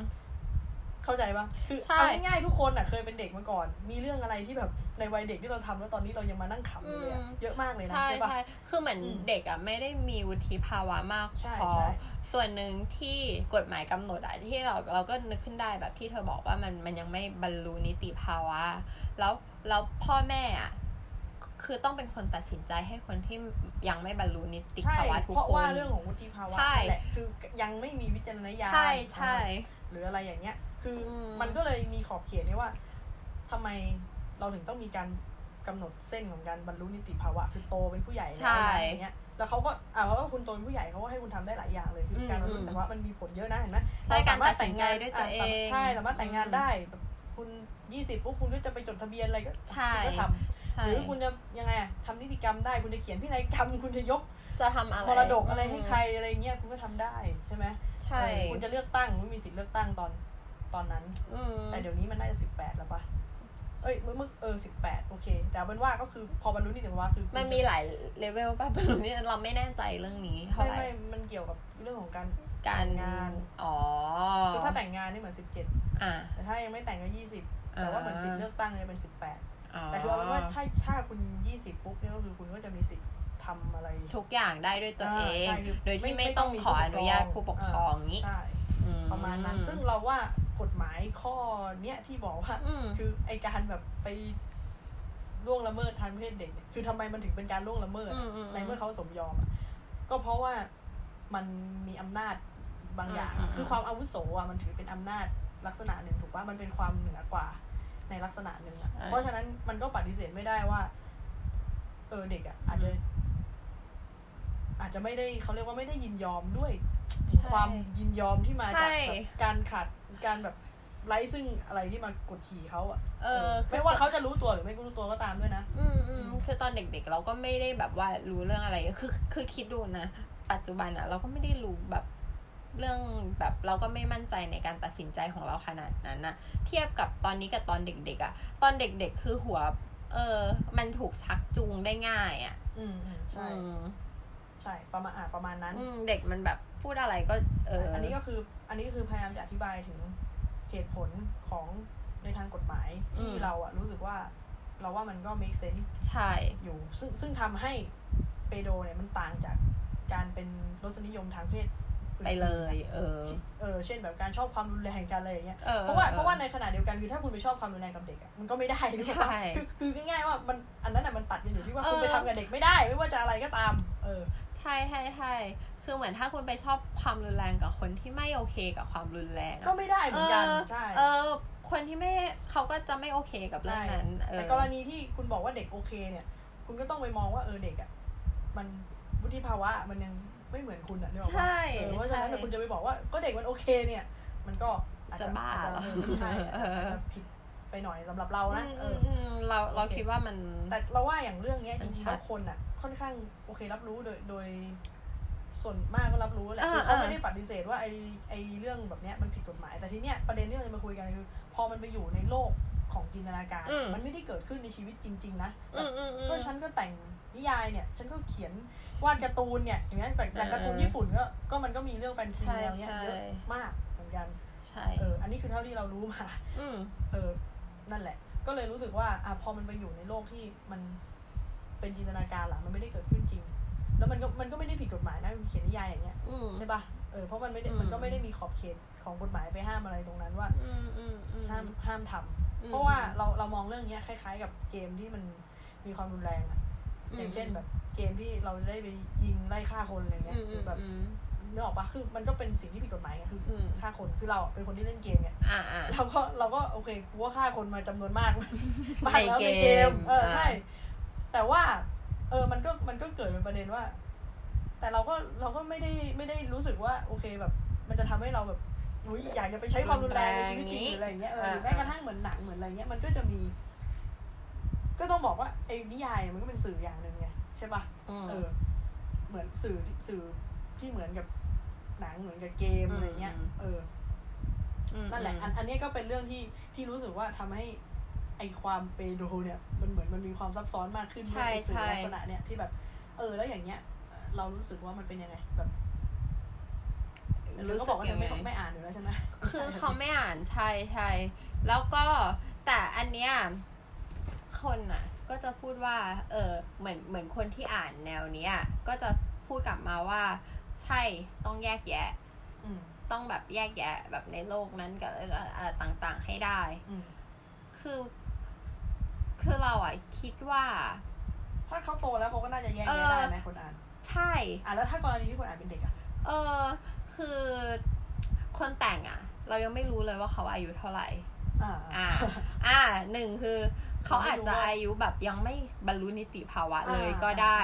S1: เข้าใจปะคือ
S2: ใช่
S1: เอาง่ายๆทุกคนอ่ะเคยเป็นเด็กมาก่อน มีเรื่องอะไรที่แบบในวัยเด็กที่เราทำแล้วตอนนี้เรายังมานั่งขำอยู่เลยอะเยอะมากเลยนะ
S2: ใช่
S1: ใช่ปะ
S2: ใช่คือเหมือน
S1: อืม
S2: เด็กอ่ะไม่ได้มีวุฒิภาวะมาก
S1: ใช่
S2: พอ
S1: ใช่
S2: ส่วนหนึ่งที่กฎหมายกำหนดอ่ะที่เราเราก็นึกขึ้นได้แบบที่เธอบอกว่ามันมันยังไม่บรรลุนิติภาวะ แล้วแล้วพ่อแม่อ่ะคือต้องเป็นคนตัดสินใจให้คนที่ยังไม่บรรลุนิติ
S1: ใช่
S2: ภาวะทุก
S1: เพราะ
S2: คน
S1: ว่าเรื่องของวุฒิภาวะ
S2: ใช่
S1: นั่นแหละคือยังไม่มีวิจารณญาณ
S2: ใช่ใช่
S1: หรืออะไรอย่างเงี้ย คืออ
S2: ม
S1: มันก็เลยมีขอบเขตไว้ว่าทำไมเราถึงต้องมีการกำหนดเส้นของการบรรลุนิติภาวะคือโตเป็นผู้ใหญ่แล้วนะอย่างเงี้ยแล้วเขาก็อ่าเพราะว่าคุณโตเป็นผู้ใหญ่เขาก็ให้คุณทำได้หลายอย่างเลยคือการบรรลุนิติภาวะมันมีผลเยอะนะเห็นไหม
S2: ใช่การตัดสินใจด้วยตัวเอง
S1: ใช่สามารถแต่งงานได้แบบคุณยี่สิบปุ๊บคุณก็จะไปจดทะเบียนอะไรก็
S2: ใช่
S1: คุณก็ท
S2: ใช่
S1: ำหรือคุณจะยังไงอะทำนิติกรรมได้คุณจะเขียนพินัยกรรม คุณจะยก
S2: จะทำอะไร
S1: มรดกอะไรให้ใครอะไรเงี้ยคุณก็ทำได้ใช่ไหม
S2: ใช่
S1: เออคุณจะเลือกตั้งคุณมีสิทธิ์เลือกตั้งตอนตอนนั้น
S2: อืม
S1: แต่เดี๋ยวนี้มันน่าจะสิบแปดแล้วปะเอ้ยเมื่อเมื่อเออสิบแปดโอเค แต่เอาเป็นว่าก็คือพอบรรลุนิติภาวะคือคุณ
S2: มันมีหลายเลเวลป่ะ บรรลุนี่เราไม่แน่ใจเรื่องนี้
S1: จะ
S2: เท่า
S1: ไม่
S2: ไหร่
S1: ไม่มันเกี่ยวกับเรื่องของการ
S2: การ
S1: งาน
S2: อ๋อ
S1: คือถ้าแต่งงานนี่เหมือนสิบเจ็ด
S2: อ่ะ
S1: แต่ถ้ายังไม่แต่งก็ยี่สิบแต่ว่าเหมือนสิทธิ์เลือกตั้งเนี่ยเป็นสิบแปด แต่คือเอาเป็นว่าถ้าถ้าคุณยี่สิบปุ๊บเนี่ยก็คือคุณก็จะมีสิทธิ์ทำอะไร
S2: ทุกอย่างได้ด้วยตัวเอง
S1: าใช่คือ
S2: โดยที่ไม่ต้องขออนุญาตผู้ปกครองนี้
S1: ใช่
S2: อื
S1: ประมาณนั้น ซึ่งเราว่ากฎหมายข้อเนี้ยที่บอกว่า
S2: อืม
S1: คือไอการแบบไปล่วงละเมิดทางเพศเด็กเนี่ยคือทำไมมันถึงเป็นการล่วงละเมิด
S2: อืมอืม
S1: ในเมื่อเขาสมยอมอะก็เพราะว่ามันมีอำนาจบางอย่าง
S2: อืมอืม
S1: คือความอาวุโสอะมันถือเป็นอำนาจลักษณะหนึ่งถูกป่ะมันเป็นความเหนือกว่าในลักษณะหนึ่งอะเพราะฉะนั้นมันก็ปฏิเสธไม่ได้ว่า เออเด็กอะอาจจะ อาจจะไม่ได้เขาเรียกว่าไม่ได้ยินยอมด้วย
S2: ใช่
S1: ความยินยอมที่มา
S2: ใช่
S1: จากแบบการขาดการแบบไร้ซึ่งอะไรที่มากดขี่เขาอะ
S2: เออคือ
S1: ไม่ว่าเขาจะรู้ตัวหรือไม่รู้ตัวก็ตามด้วยนะ
S2: อืมอืมคือตอนเด็กๆ เราก็ไม่ได้แบบว่ารู้เรื่องอะไร คือคือคิดดูนะ ปัจจุบันอะเราก็ไม่ได้รู้แบบเรื่องแบบเราก็ไม่มั่นใจในการตัดสินใจของเราขนาดนั้นนะเทียบกับตอนนี้กับตอนเด็กๆอะตอนเด็กๆ คือหัว เออ มันถูกชักจูงได้ง่ายอะ
S1: อืมอืมใช่
S2: อืม
S1: ใช่ ประมาณอ่าประมาณนั้น
S2: อืมเด็กมันแบบพูดอะไรก็ เอออั
S1: อันนี้ก็คือ อันนี้ก็คือพยายามจะอธิบายถึงเหตุผลของในทางกฎหมายที่เราอะรู้สึกว่า เราว่ามันก็ make sense
S2: ใช่
S1: อยู่ ซึ่งซึ่งทำให้เปโดเนี่ยมันต่างจากการเป็นรสนิยมทางเพศอื่นๆ
S2: ไปเลย เออ
S1: เออ เช่นแบบการชอบความรุนแรงการอะไรอย่างเงี้ย
S2: เออ
S1: เพราะว่าเพราะว่าในขณะเดียวกันคือถ้าคุณไปชอบความรุนแรงกับเด็กอะมันก็ไม่ได้ใช่ปะ
S2: ใช่
S1: คือคือง่ายๆว่ามันอันนั้นอะมันตัดกันอยู่ที่ว่าคุณ
S2: เออ
S1: ไปทำกับเด็กไม่ได้ไม่ว่าจะอะไรก็ตาม เออ
S2: ใช่ใช่ใช่คือเหมือนถ้าคุณไปชอบความรุนแรงกับคนที่ไม่โอเคกับความรุนแรงอะ
S1: ก็ไม่ได้เหมือนกันใช่
S2: เออ คนที่ไม่เขาก็จะไม่โอเคกับเรื่องนั้น เออ
S1: แต่กรณีที่คุณบอกว่าเด็กโอเคเนี่ย คุณก็ต้องไปมองว่าเออเด็กอะมันวุฒิภาวะมันยังไม่เหมือนคุณอะนึกออกปะ
S2: ใช่
S1: เออเพราะฉะ
S2: ใช่
S1: นั้นคุณจะไปบอกว่าก็เด็กมันโอเคเนี่ย มันก็อจ
S2: จะบ้าเหรอ
S1: ไม่ใช่อาจจะผิดไปหน่อยสำหรับเรานะ
S2: อืม
S1: เอ
S2: อื
S1: อ
S2: มอืมเราเรา
S1: โอเค
S2: คิดว่ามัน
S1: แต่เราว่าอย่างเรื่องเนี้ยจ
S2: มัน
S1: ริง
S2: ชั
S1: ๆ
S2: ด
S1: แล้วคนอ่ะ ค่อนข้างโอเครับรู้โดยโดย ส่วนมากก็รับรู้แหละ
S2: อ่า
S1: คือเขา
S2: อ่า
S1: ไม่ได้ปฏิเสธว่าไอไอเรื่องแบบเนี้ยมันผิดกฎหมายแต่ทีเนี้ยประเด็นที่เราจะมาคุยกันคือ พอมันไปอยู่ในโลกของจินตนาการ
S2: อืม
S1: มันไม่ได้เกิดขึ้นในชีวิตจริง ๆ นะแบ
S2: อื
S1: บ
S2: มอืมอืม
S1: ก็ฉันก็แต่งนิยายเนี่ย ฉันก็เขียนวาดการ์ตูนเนี่ยอย่างเงี้ยแต่อย่างการ์ตูน
S2: เออ
S1: ญี่ปุ่นก็ก็มันก็มีเรื่องแฟนซี
S2: ใช่
S1: แนวเนี้ย
S2: ใช่
S1: เยอะมากเหมือนกัน
S2: ใช่
S1: เอออันนี้คือเท่าที่เรารู้มา
S2: ืม
S1: เออ นั่นแหละ ก็เลยรู้สึกว่าอ่ะพอมันไปอยู่ในโลกที่มันเป็นจินตนาการหละมันไม่ได้เกิดขึ้นจริง แล้วมันก็มันก็ไม่ได้ผิดกฎหมายนะคือเขียนนิยายอย่างเงี้ย
S2: อืม
S1: ใช่ปะ เออเพราะมันไม่ได้
S2: อืม
S1: มันก็ไม่ได้มีขอบเขตของกฎหมายไปห้ามอะไรตรงนั้นว่า
S2: อืมอืมอืม
S1: ห้ามห้ามทำ
S2: อืม
S1: เพราะว่าเราเรามองเรื่องเนี้ยคล้าย ๆ กับเกมที่มันมีความรุนแรงอะอย่างเช่นแบบเกมที่เราได้ไปยิงไล่ฆ่าคนอะไรเงี้
S2: อื
S1: ย
S2: ม
S1: ห
S2: อื
S1: รื
S2: ม
S1: อแบบ
S2: อืม
S1: เนื้อออกปะคือมันก็เป็นสิ่งที่ผิดกฎหมายไงคืออ
S2: ม
S1: ฆ่าคนคือเราอะเป็นคนที่เล่นเกมไง
S2: อ่าอ่า
S1: เราก็เราก็โอเคกูว่าฆ่าคนมาจำนวนมาก มาแล้ว
S2: ใน
S1: ใน
S2: เก
S1: เก
S2: ม
S1: ม เออ
S2: อ่า
S1: ใช่แต่ว่า เออมันก็มันก็เกิดเป็นประเด็นว่า แต่เราก็เราก็ไม่ได้ไม่ได้รู้สึกว่า โอเคแบบ มันจะทำให้เราแบบอุ๊ยอยากจะไปใช้ความรุนแรงในชีวิตจริงหรืออะไรอย่างเงี้ยเออหรือแม้กระทั่งเหมือนหนังเหมือนอะไรเงี้ยมันก็จะมี ก็ต้องบอกว่าไอ้นิยายเนี่ยมันก็เป็นสื่ออย่างหนึ่งไงใช่ปะ
S2: อืม
S1: เออเหมือนสื่อสื่อที่เหมือนกับหนังเหมือนกับเกม
S2: อืม
S1: อะไรเงี้ย
S2: อืม
S1: เออ
S2: ม
S1: นั่นแหละอันอันนี้ก็เป็นเรื่องที่ที่รู้สึกว่าทำให้ไอความเปโดรเนี่ย มันเหมือนมันมีความซับซ้อนมากขึ้นด้
S2: ใช่
S1: วยไอ้สื่
S2: ใช่
S1: อลักษณะเนี่ยที่แบบ เออ แล้วอย่างเงี้ย เรารู้สึกว่ามันเป็นยังไง แบบ
S2: รู้
S1: เธอก็
S2: สึ
S1: บอก กว่า
S2: ยั
S1: เธ
S2: ง
S1: อ
S2: ไง
S1: ไม่ไม่อ่านอยู่แล้วใช่ไหม
S2: คือเขาไม่อ่านใช่ใช่แล้วก็แต่อันเนี้ยคนอ่ะ ก็จะพูดว่า เออเหมือนเหมือนคนที่อ่านแนวเนี้ย ก็จะพูดกลับมาว่า ใช่ต้องแยกแยะ
S1: อืม
S2: ต้องแบบแยกแยะ แบบในโลกนั้นกับเอ่อเอ่อต่าง ๆ ให้ได้
S1: อืม
S2: คือ คือเราอ่ะคิดว่า
S1: ถ้าเขาโตแล้วเขาก็น่าจะแยก
S2: เอ
S1: แยะ
S2: อ
S1: ได้ไหมคนอ่าน
S2: ใช่
S1: อ่ะแล้วถ้ากรณีที่คนอ่านเป็นเด็กอ่ะ
S2: เออ คือคนแต่งอ่ะ เรายังไม่รู้เลยว่าเขาอายุเท่าไหร่
S1: อ่า
S2: อ่า อ่าหนึ่งคือเขาอาจจะอายุแบบยังไม่บรรลุนิติภาวะเลยก็ได้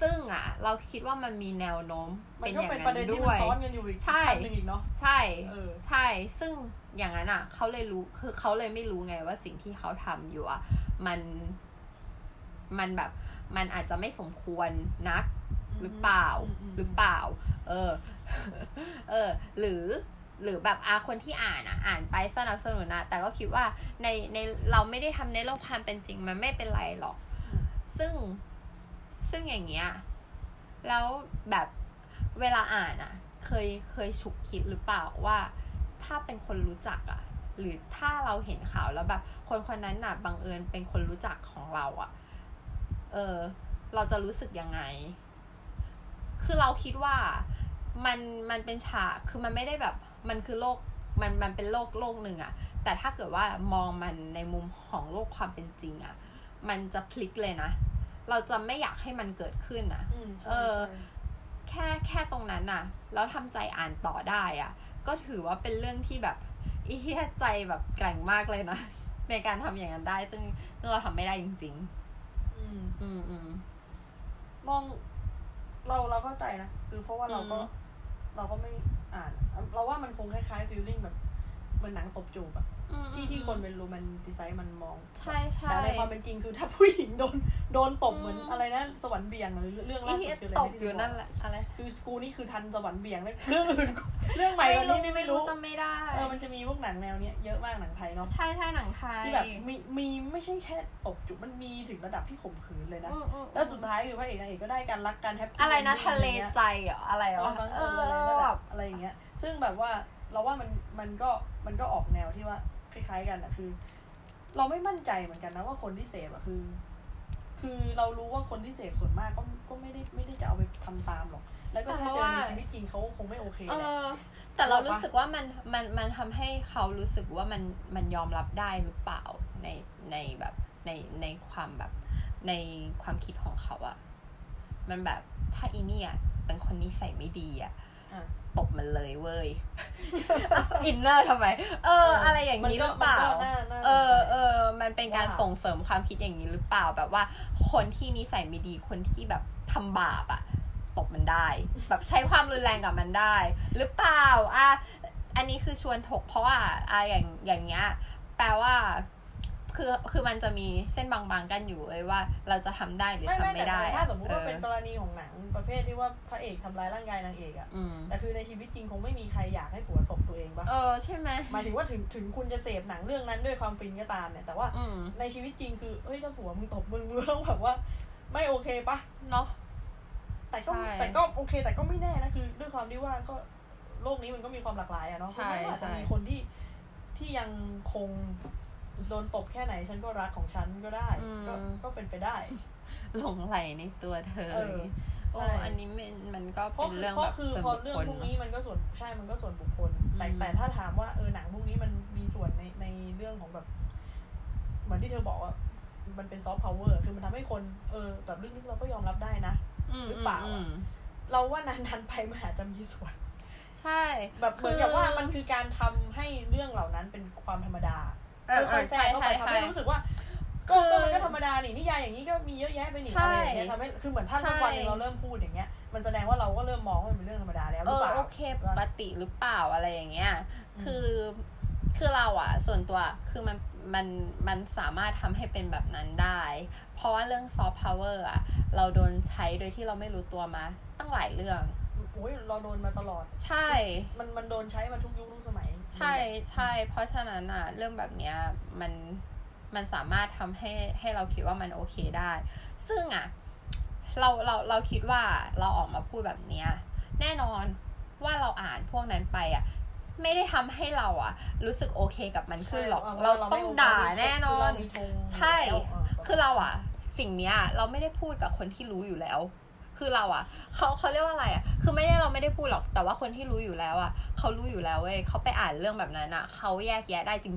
S2: ซึ่งอ่ะ เราคิดว่ามันมีแนวโน้ม
S1: มั
S2: เป็น นอ
S1: ก็
S2: ย่าง
S1: เป็นป
S2: นั้
S1: ระเด็น
S2: น
S1: ที่
S2: ด้
S1: มั
S2: วน ย
S1: ซ้อนกันอยู่อีก
S2: ใช่
S1: ขั้นหนึ่งอีกเนาะ
S2: ใช่
S1: เออ
S2: ใช่ ซึ่งอย่างนั้นอ่ะ เขาเลยรู้คือเขาเลยไม่รู้ไงว่าสิ่งที่เขาทำอยู่อ่ะมันมันแบบ มันอาจจะไม่สมควรนัก หรือเปล่า
S1: อืมอืม
S2: หรือเปล่า เออ เออ หรือหรือแบบอาคนที่อ่านอ่ะ อ่านไปสนับสนุนนะแต่ก็คิดว่าในในเราไม่ได้ทำในโลกความเป็นจริงมันไม่เป็นไรหรอก ซึ่งซึ่งอย่างเงี้ยแล้วแบบเวลาอ่านอ่ะ เคยเคยฉุกคิดหรือเปล่าว่า ถ้าเป็นคนรู้จักอ่ะ หรือถ้าเราเห็นข่าวแล้วแบบ คนคนนั้นน่ะบังเอิญเป็นคนรู้จักของเราอ่ะ เออ เราจะรู้สึกยังไง คือเราคิดว่ามันมันเป็นฉากคือมันไม่ได้แบบ มันคือโลกมันมันเป็นโลกโลกหนึ่งอะแต่ถ้าเกิดว่ามองมันในมุมของโลกความเป็นจริงอะมันจะพลิกเลยนะ เราจะไม่อยากให้มันเกิดขึ้นอะ
S1: อืมใช่
S2: เออ
S1: ใช่
S2: แค่แค่ตรงนั้นน่ะ แล้วทำใจอ่านต่อได้อ่ะ ก็ถือว่าเป็นเรื่องที่แบบอีเหี้ยใจแบบแกร่งมากเลยนะ ในการทำอย่างนั้นได้ ซึ่งซึ่งเราทำไม่ได้จริง
S1: อืม
S2: ๆ อืมอืม
S1: มองเราเราเข้าใจนะคือเพราะว่าเราก็
S2: อืม
S1: เราก็ไม่อ่านเราว่ามันคงคล้ายๆฟีลลิ่งแบบเหมันหนังตบจูบอะ
S2: อืม
S1: ที่ที่คนเป็นโรแมนติไซส์มันมอง
S2: ใช่ใช่
S1: แต่ในความเป็นจริงคือถ้าผู้หญิง โดนโดนตบ
S2: อืม
S1: เหมือนอะไรนะสวรรค์เบี่ยงหรือเรื่อง
S2: อี
S1: ล่าสุ
S2: เหี้ย
S1: ดคืออะไร
S2: ตก
S1: ไม่ได้
S2: อยู่
S1: ดู
S2: นั่นแหละอะไร
S1: คือกูนี่คือทันสวรรค์เบี่ยง แล้วเรื่องอื่นกูเรื่องใหม่วันนี้นี่ไม่รู้
S2: จำไม่ได้
S1: เออมันจะมีพวกหนังแนวเนี้ยเยอะมากหนังไทยเนาะ
S2: ใช่ใช่หนังไทย
S1: ที่แบบมีมีไม่ใช่แค่ตบจูบมันมีถึงระดับที่ข่มขืนเลยนะ
S2: อืมอืม
S1: แล้วสุดท้ายคือพระเอกนางเอกก็ได้การรักกันแฮปปี้
S2: อะไรนะทะเลใจเหรออะไร
S1: เออ
S2: วะ
S1: บัง
S2: เอ
S1: เอิญอะไร
S2: อ
S1: นั่นแห
S2: แบ
S1: ละ
S2: บ
S1: อะไรอย่างเงี้ย ซึ่งแบบว่าเราว่ามันมันก็มันก็ออกแนวที่ว่าคล้าย ๆ กันอะคือ เราไม่มั่นใจเหมือนกันนะว่าคนที่เสพอะคือ คือเรารู้ว่าคนที่เสพส่วนมากก็ก็ไม่ได้ไม่ได้จะเอาไปทำตามหรอก แล้วก็ถ้าเจอในชีวิตจริงเขาคงไม่โอเค
S2: เอ
S1: แหละ
S2: อ แต่เรารู้สึกว่ามันมันมันทำให้เขารู้สึกว่ามันมันยอมรับได้หรือเปล่าในในแบบในในความแบบในความคิดของเขาอะมันแบบถ้าอีเนี่ยเป็นคนนิสัยไม่ดีอะ
S1: อ่ะ
S2: ตบมันเลยเว้ย อินเนอร์ทำไม เออ อะไรอย่างนี้หรือเปล่า
S1: มันก็น่น่า
S2: เออเอ
S1: สนใจ
S2: อ มันเป็นการ
S1: ว่า
S2: ส่งเสริมความคิดอย่างนี้หรือเปล่าแบบว่า คนที่นิสัยไม่ดีคนที่แบบทำบาปอะตบมันได้ แบบใช้ความรุนแรงกับมันได้ หรือเปล่าอ่ะอันนี้คือชวนถกเพราะว่าอ่ะอย่างอย่างเงี้ยแปลว่า คือคือมันจะมีเส้นบางๆกันอยู่เลยว่า เราจะทำได้หรือ
S1: ไม่
S2: ทำ
S1: ไม่
S2: ไม่
S1: แต่
S2: ได้
S1: ถ้าสมมติว่าเป็นก
S2: ออ
S1: รณีของหนังประเภทที่ว่าพระเอกทำร้ายร่างกายนางเอกอะ
S2: อืม
S1: แต่คือในชีวิตจริงคงไม่มีใครอยากให้ผัวตบตัวเองปะ
S2: เออใช่ไหม
S1: หมายถึงว่าถึงถึงคุณจะเสพหนังเรื่องนั้นด้วยความฟินก็ตามเนี่ยแต่ว่า
S2: อืม
S1: ในชีวิตจริงคือ เอ้ยถ้าผัวมึงตบมึงมึงต้องแบบว่า ไม่โอเคปะ
S2: เนาะ
S1: แต่ก็
S2: ใช่
S1: แต่ก็โอเค แต่ก็ไม่แน่นะคือ ด้วยความที่ว่าก็โลกนี้มันก็มีความหลากหลายอะเนาะ
S2: ใช่
S1: มันก็อาจ
S2: ใช่
S1: จะมีคนที่ที่ยังคงโดนตบแค่ไหนฉันก็รักของฉันก็ได้ ก็ก็เป็นไปได้
S2: หลงไหลในตัวเธอ
S1: เออ
S2: โอ้
S1: ใช่
S2: อันนี้มันมันก็
S1: เพ
S2: เป็
S1: ราะ
S2: น
S1: คือ
S2: เรื่
S1: เพราะคือพ
S2: องแบบส่วน
S1: อ
S2: บุค
S1: เรื่อง
S2: คล
S1: พวก
S2: เน
S1: นี้
S2: อะ
S1: มันก็ส่วนใช่มันก็ส่วนบุคคล แต่
S2: อืม
S1: แต่ถ้าถามว่าเออหนังพวกนี้มันมีส่วนในในเรื่องของแบบ เหมือนที่เธอบอกว่ามันเป็นซอฟต์พาวเวอร์คือมันทำให้คนเออแบบเรื่องนี้เราก็ยอมรับได้นะ
S2: ม
S1: หรือเปล่าอะ
S2: มม
S1: เราว่านานๆไปมันอาจจะมีส่วน
S2: ใช่
S1: แบบเหมือนกับว่ามันคือการทำให้เรื่องเหล่านั้นเป็นความธรรมดา
S2: เออ
S1: ค่อยๆแทรกเข้าไปทำให้
S2: ใช่ใช่
S1: รู้สึกว่า
S2: คื
S1: ก็
S2: อ
S1: ก็มันก็ธรรมดานี่นิยายอย่างนี้ก็มีเยอะแยะไปหนิ
S2: ใช่
S1: อะไรอย่างเงี้ยทำให้คือเหมือนถ้าทุกวัน
S2: ใช่
S1: เราเริ่มพูดอย่างเงี้ย มันแสดงว่าเราก็เริ่มมองว่ามันเป็นเรื่องธรรมดาแล้วห
S2: เอ
S1: รือ
S2: อ
S1: เปล่า
S2: โอเคปกติหรือเปล่าอะไรอย่างเงี้ย
S1: อืม
S2: คือคือเราอะส่วนตัวคือมันมันมันสามารถทำให้เป็นแบบนั้นได้ เพราะว่าเรื่องซอฟต์พาวเวอร์อะเราโดนใช้โดยที่เราไม่รู้ตัวมา ตั้งหลายเรื่อง
S1: โอ้ยเราโดนมาตลอด
S2: ใช่
S1: มันมันโดนใช้มาทุกยุคทุกสมัย
S2: ใช่ใช่ เพราะฉะนั้นอ่ะ เรื่องแบบเนี้ยมันมันสามารถทำให้ให้เราคิดว่ามันโอเคได้ ซึ่งอ่ะ เราเราเราคิดว่าเราออกมาพูดแบบเนี้ย แน่นอนว่าเราอ่านพวกนั้นไปอ่ะ ไม่ได้ทำให้เราอ่ะ รู้สึกโอเคกับมันขึ้นหรอก
S1: ใช่
S2: เรา
S1: ไม่
S2: ต้องด่าแน่นอน
S1: คืเรามีธง
S2: ใช่
S1: แล้วะ
S2: คือเราอ่ะ สิ่งเนี้ย เราไม่ได้พูดกับคนที่รู้อยู่แล้ว คือเราอ่ะเขาเขาเรียกว่าอะไรอ่ะ คือไม่ได้เราไม่ได้พูดหรอก แต่ว่าคนที่รู้อยู่แล้วอ่ะเขารู้อยู่แล้วเว้ยเขาไปอ่านเรื่องแบบนั้นอ่ะเขาแยกแยะได้จริง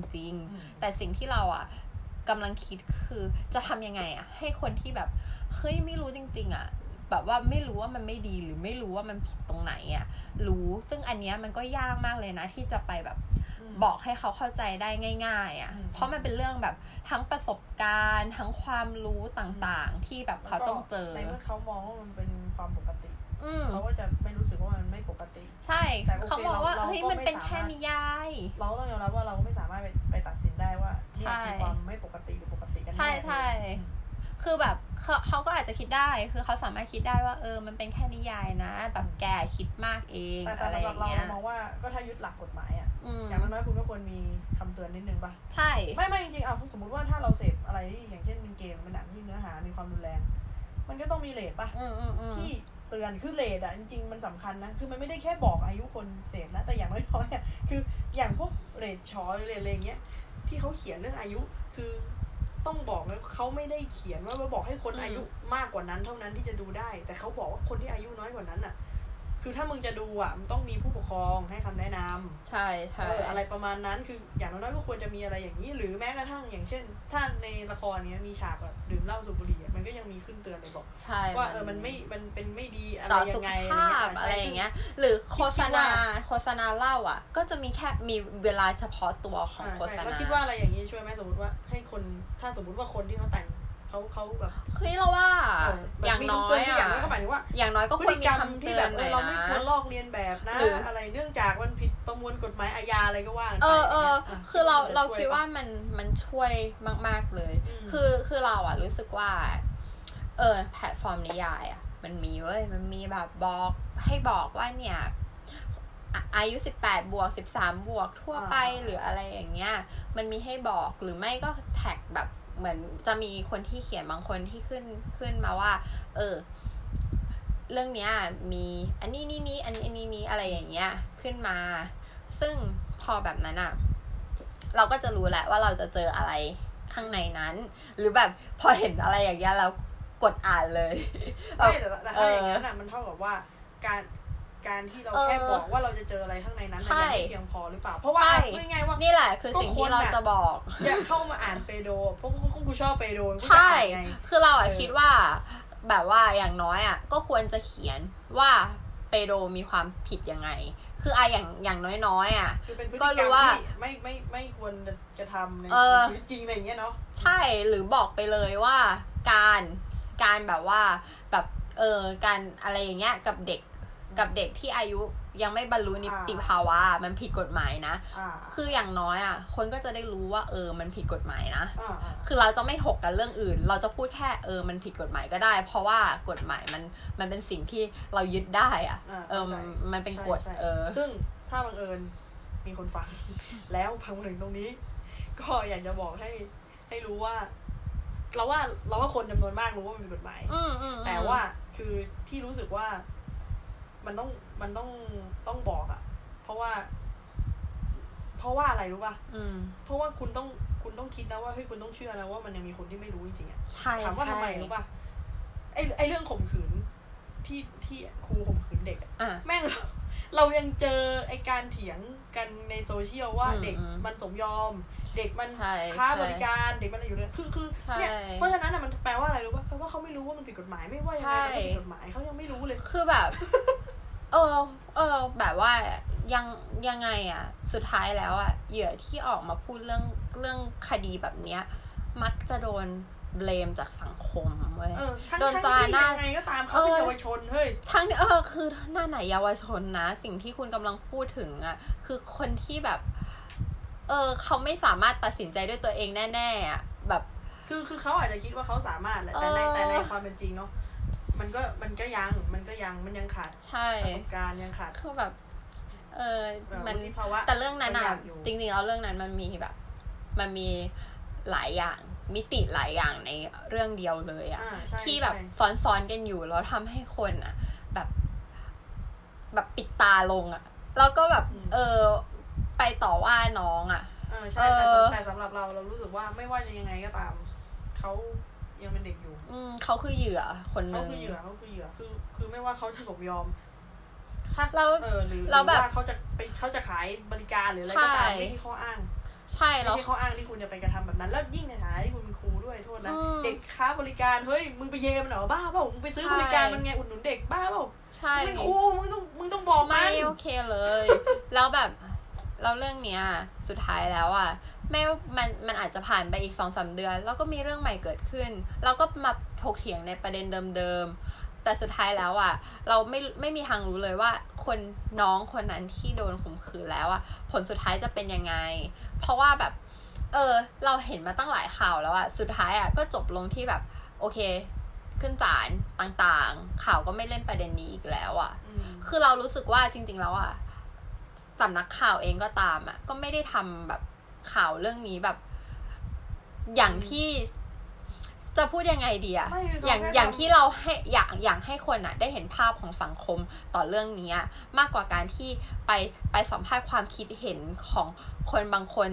S1: อืม
S2: ๆ แต่สิ่งที่เราอ่ะกำลังคิดคือจะทำยังไงอ่ะ ให้คนที่แบบเฮ้ยไม่รู้จริง ๆ อ่ะ แบบว่าไม่รู้ว่ามันไม่ดีหรือไม่รู้ว่ามันผิดตรงไหนอ่ะ รู้ ซึ่งอันเนี้ยมันก็ยากมากเลยนะ ที่จะไปแบบ
S1: ม
S2: บอกให้เขาเข้าใจได้ง่าย ๆ อ่ะ
S1: อืม
S2: เพราะมันเป็นเรื่องแบบทั้งประสบการณ์ ทั้งความรู้ต่างๆ ที่แบบเขาต้องเจอ
S1: ในเมื่อเขามองว่ามันเป็นความปกติ
S2: อืม
S1: เขาก็จะไม่รู้สึกว่ามันไม่ปกติ
S2: ใช่
S1: แต่โอเค
S2: เขาบอกว่า
S1: เราเรา
S2: เฮ้ย
S1: ก็
S2: มัน
S1: ไม่
S2: เป็น
S1: สามารถ
S2: แค่นิยาย
S1: เราก็ต้องยอมรับว่าเราก็ไม่สามารถไปไปตัดสินได้ว่าเนี่ย
S2: ใช่
S1: คือความไม่ปกติหรือปกติกันแน่
S2: ใช่ใช่ คือแบบเขาเขาก็อาจจะคิดได้ คือเขาสามารถคิดได้ว่า เออมันเป็นแค่นิยายนะ แบบแกคิดมากเอง
S1: แต่แต่
S2: อะไร
S1: สำ
S2: อ
S1: หรับเรา
S2: ย่างเงี้ย
S1: เรามองว่าก็ถ้ายึดหลักกฎหมายอ่ะ
S2: อืม
S1: อย่างน้อยๆคุณก็ควรมีคำเตือนนิดนึงป่ะ
S2: ใช่
S1: ไม่ไม่จริงๆเอาสมมติว่าถ้าเราเสพอะไรที่อย่างเช่นเป็นเกมเป็นหนังที่เนื้อหามีความรุนแรง มันก็ต้องมีเลทป่ะ
S2: อืมอืมอืม
S1: ที่เตือนคือเลทอ่ะจริงๆมันสำคัญนะคือมันไม่ได้แค่บอกอายุคนเสพนะแต่อย่างน้อยๆอะคืออย่างพวกเลทชอยเลทอะไรอย่างเงี้ยที่เขาเขียนเรื่องอายุคือต้องบอกเลยว่าเขาไม่ได้เขียนว่าว่าบอกให้คนอายุมากกว่านั้นเท่านั้นที่จะดูได้ แต่เขาบอกว่าคนที่อายุน้อยกว่านั้นอ่ะ คือถ้ามึงจะดูอ่ะมันต้องมีผู้ปกครองให้คำแนะนำ
S2: ใช่ใช่
S1: เอออะไรประมาณนั้นคืออย่างน้อยๆก็ควรจะมีอะไรอย่างนี้ หรือแม้กระทั่งอย่างเช่น ถ้าในละครเนี้ยมีฉากแบบดื่มเหล้าสูบบุหรี่อะมันก็ยังมีขึ้นเตือนเลยบอก
S2: ใช่
S1: ว่าเออมันไม่มันเป็นไม่ดีอะไร
S2: ต่อ
S1: ยั
S2: สุ
S1: ง
S2: ข
S1: ไง
S2: ภาพอะไรอย่างเงี้ย หรือโฆษณาโฆษณาเหล่าอ่ะ ก็จะมีแค่มีเวลาเฉพาะตัวของ
S1: อ่า
S2: โฆ
S1: ใช่
S2: ษณา
S1: แล้วคิดว่าอะไรอย่างนี้ช่วยไหมสมมติว่าให้คนถ้าสมมติว่าคนที่เขาแต่งเขาเขาแบบ
S2: เฮ้ยเราว่า
S1: เแบบ
S2: อย่าง
S1: มี
S2: น้
S1: คำ
S2: อ
S1: เตื
S2: ย
S1: ที่อ
S2: อ่ะ
S1: ย่างน้อยก็หมายถึงว่า
S2: อย่างน้อยก็
S1: พ
S2: ค
S1: ฤ
S2: วร
S1: ติ
S2: มี
S1: กรรม
S2: คำ
S1: ที่
S2: เตื
S1: แบ
S2: อน
S1: บ
S2: ห
S1: เอ
S2: น่อ
S1: อย เรา
S2: นะ
S1: ไม่ควรลอกเลียนแบบนะ
S2: หรืออ
S1: อะไรเนื่องจากมันผิดประมวลกฎหมายอาญาอะไรก็ว่ากันไป
S2: เออเออ
S1: นี่ย
S2: คือเรา
S1: ะ
S2: เรา
S1: ช่ย
S2: คิดว่า
S1: ปะ
S2: มันมันช่วยมาก ๆเลย
S1: อืม
S2: คือคือเราอ่ะรู้สึกว่า เออแพลตฟอร์มนิยายอ่ะ มันมีเว้ยมันมีแบบบอกให้บอกว่าเนี่ยอ่ะอายุสิบแปดบวกสิบสามบวกทั่วไปหรืออะไรอย่างเงี้ย มันมีให้บอกหรือไม่ก็แท็กแบบเหมือนจะมีคนที่เขียนบางคนที่ขึ้นขึ้นมาว่า เออ เรื่องเนี้ยมีอันนี้นี่นี่อันนี้อันนี้นี้อะไรอย่างเงี้ยขึ้นมา ซึ่งพอแบบนั้นอะเราก็จะรู้แหละว่าเราจะเจออะไรข้างในนั้น หรือแบบพอเห็นอะไรอย่างเงี้ยเรากดอ่านเลย
S1: ไม่แต่แต่ถ้าอย่างนั้นน่ะมันเท่ากับว่าการการที่เรา
S2: เออ
S1: แค่บอกว่าเราจะเจออะไรข้างในนั้นมัน
S2: ใช่
S1: ยังไม่เพียงพอหรือเปล่า เพราะว่า
S2: ใช่
S1: พูดง่ายๆว่า
S2: นี่แหละคือสิ่งที่เราจะบอก
S1: อย่าเข้ามาอ่านเปโดเพราะกูกูชอบเปโดกูจะ
S2: ใช่
S1: อ่านไง
S2: คือเราอะ
S1: เออ
S2: คิดว่า แบบว่าอย่างน้อยอะก็ควรจะเขียนว่าเปโดมีความผิดยังไง คืออะอย่างอย่างน้อยๆอะ
S1: คือเป็นพฤติ
S2: ก็
S1: กรรม
S2: รู้ว่า
S1: ที่ไม่ไม่ไม่ควรจะทำใน
S2: เออ
S1: ชีวิตจริงอะไรอย่างเงี้ยเนาะ
S2: ใช่หรือบอกไปเลยว่าการการแบบว่าแบบเออการอะไรอย่างเงี้ยกับเด็กกับเด็กที่อายุยังไม่บรรลุนิติภาวะมันผิดกฎหมายนะ
S1: อ่า
S2: คืออย่างน้อยอ่ะ คนก็จะได้รู้ว่าเออมันผิดกฎหมายนะ
S1: อ่าอ่า
S2: คือเราจะไม่ถกกันเรื่องอื่น เราจะพูดแค่เออมันผิดกฎหมายก็ได้ เพราะว่ากฎหมายมันมันเป็นสิ่งที่เรายึดได้อ่ะ
S1: อ่า
S2: เออ
S1: ข้าใจ
S2: มันมันเป็น
S1: ใช่
S2: กฎ
S1: ใช่
S2: เออ
S1: ซึ่งถ้าบังเอิญมีคนฟัง แล้วฟังมาถึงตรงนี้ ก็อยากจะบอกให้ให้รู้ว่า เราว่าเราว่าคนจำนวนมากรู้ว่ามันเป็นกฎหมาย
S2: อืมอืมอืม
S1: แต่ว่าคือที่รู้สึกว่ามันต้องมันต้องต้องบอกอะเพราะว่า เพราะว่าอะไรรู้ป่ะ
S2: อืม
S1: เพราะว่าคุณต้องคุณต้องคิดนะว่าเฮ้ยคุณต้องเชื่อนะว่ามันยังมีคนที่ไม่รู้จริงๆอะ
S2: ใช่
S1: ถามว่าทำไม
S2: ใช่
S1: รู้ป่ะไอไอเรื่องข่มขืน ที่ที่ครูข่มขืนเด็กอะ
S2: อ่ะ
S1: แม่ง เรายังเจอไอการเถียงกันในโซเชียลว่า
S2: อืม
S1: เด็ก
S2: อืม
S1: มันสมยอม เด็กมัน
S2: ใช่
S1: ค้า
S2: ใช่
S1: บริการเด็กมันอะไรอยู่เลยคือคือ
S2: ใช่
S1: เนี่ยเพราะฉะนั้นน่ะมันแปลว่าอะไรรู้ป่ะแปลว่าเขาไม่รู้ว่ามันผิดกฎหมายไม่ว่ายังไงมันก็
S2: ใช่
S1: ผิดกฎหมายเขายังไม่รู้เลย
S2: คือแบบ เออ เออ แบบว่ายังยังไงอะสุดท้ายแล้วอะเหยื่อที่ออกมาพูดเรื่องเรื่องคดีแบบเนี้ย มักจะโดนเบลมจากสังคมเว้ย
S1: เออทั้ง
S2: โดน
S1: ทั้ง
S2: ตรา
S1: ที่
S2: หน้า
S1: ยังไงก็ตามเขาเป็น
S2: เออ
S1: เยาวชนเฮ้ย
S2: ทั้งเออคือหน้าไหนเยาวชนนะ สิ่งที่คุณกำลังพูดถึงอะคือคนที่แบบ เออ เขาไม่สามารถตัดสินใจด้วยตัวเองแน่ๆอะแบบ
S1: คือคือเขาอาจจะคิดว่าเขาสามารถแหละแต่ใน
S2: เออ
S1: แต่ในความเป็นจริงเนาะมันก็มันก็ยังมันก็ยังมันยังขาด
S2: ใช่
S1: ประสบการณ์ยังขาด
S2: คือแบบ เออ
S1: แบบ
S2: มัน
S1: วุฒิภาวะ
S2: แต่เรื่องนั้น
S1: บา
S2: อ่ะ
S1: ย่ายู่
S2: จริงๆแล้วเรื่องนั้นมันมีแบบ มันมีหลายอย่าง มิติหลายอย่างในเรื่องเดียวเลยอ่ะ
S1: อ่าใช่
S2: ที่แบบ
S1: ใช่
S2: ซ้อนๆกันอยู่แล้วทำให้คนอ่ะ แบบ แบบปิดตาลงอ่ะ แล้วก็แบบ
S1: อืม
S2: เออ ไปต่อว่าน้องอ่ะ
S1: เออใช่แต่
S2: เออ
S1: แต่สำหรับเราเรารู้สึกว่าไม่ว่าจะยังไงก็ตามเขายังเป็นเด็กอยู่
S2: อืมเขาคือเหยื่อคนห
S1: เขา
S2: นึ่ง
S1: คือเหยื่อเขาคือเหยื่อคือ คือไม่ว่าเขาจะสมยอมถ้า
S2: แล้ว
S1: เออหรือ
S2: แล้ว
S1: หรือ
S2: แบ
S1: ว่า
S2: บ
S1: เขาจะไปเขาจะขายบริการหรืออะไรก็ตาม
S2: ใช่
S1: ไม่ใช่ข้ออ้าง
S2: ใช่
S1: ไม่
S2: แล้ว
S1: ใช่ข้ออ้างที่คุณจะไปกระทำแบบนั้น แล้วยิ่งในฐานะที่คุณเป็นครูด้วยโทษนะ
S2: อืม
S1: เด็กค้าบริการเฮ้ยมึงไปเยมันเหรอบ้าเปล่ามึงไปซื้อบริการ
S2: ใช่
S1: มันไงอุดหนุนเด็กบ้าเปล่า
S2: ใช่
S1: มึงเป็นครูมึงต้องมึงต้องบอกมั
S2: ไม่
S1: น
S2: โอเคเลย แล้วแบบแล้วเรื่องเนี้ย สุดท้ายแล้วอ่ะ แม้มันมันอาจจะผ่านไปอีกสองสามเดือน แล้วก็มีเรื่องใหม่เกิดขึ้น เราก็มาถกเถียงในประเด็นเดิมๆ แต่สุดท้ายแล้วอ่ะ เราไม่ไม่มีทางรู้เลยว่า คนน้องคนนั้นที่โดนข่มขืนแล้วอ่ะ ผลสุดท้ายจะเป็นยังไง เพราะว่าแบบ เออ เราเห็นมาตั้งหลายข่าวแล้วอ่ะ สุดท้ายอ่ะก็จบลงที่แบบ โอเค ขึ้นศาลต่างๆ ข่าวก็ไม่เล่นประเด็นนี้อีกแล้วอ่ะ
S1: อืม
S2: คือเรารู้สึกว่าจริง ๆ แล้วอะสำนักข่าวเองก็ตามอะก็ไม่ได้ทำแบบข่าวเรื่องนี้แบบ อย่างที่จะพูดยังไงดีอะ
S1: ไม่คืเข
S2: อย่าง
S1: แค่
S2: อย่าง
S1: ทำ
S2: ที่เราให้อยากอยากให้คนอะได้เห็นภาพของสังคมต่อเรื่องนี้อะมากกว่าการที่ไปไปสัมภาษณ์ความคิดเห็นของคนบางคน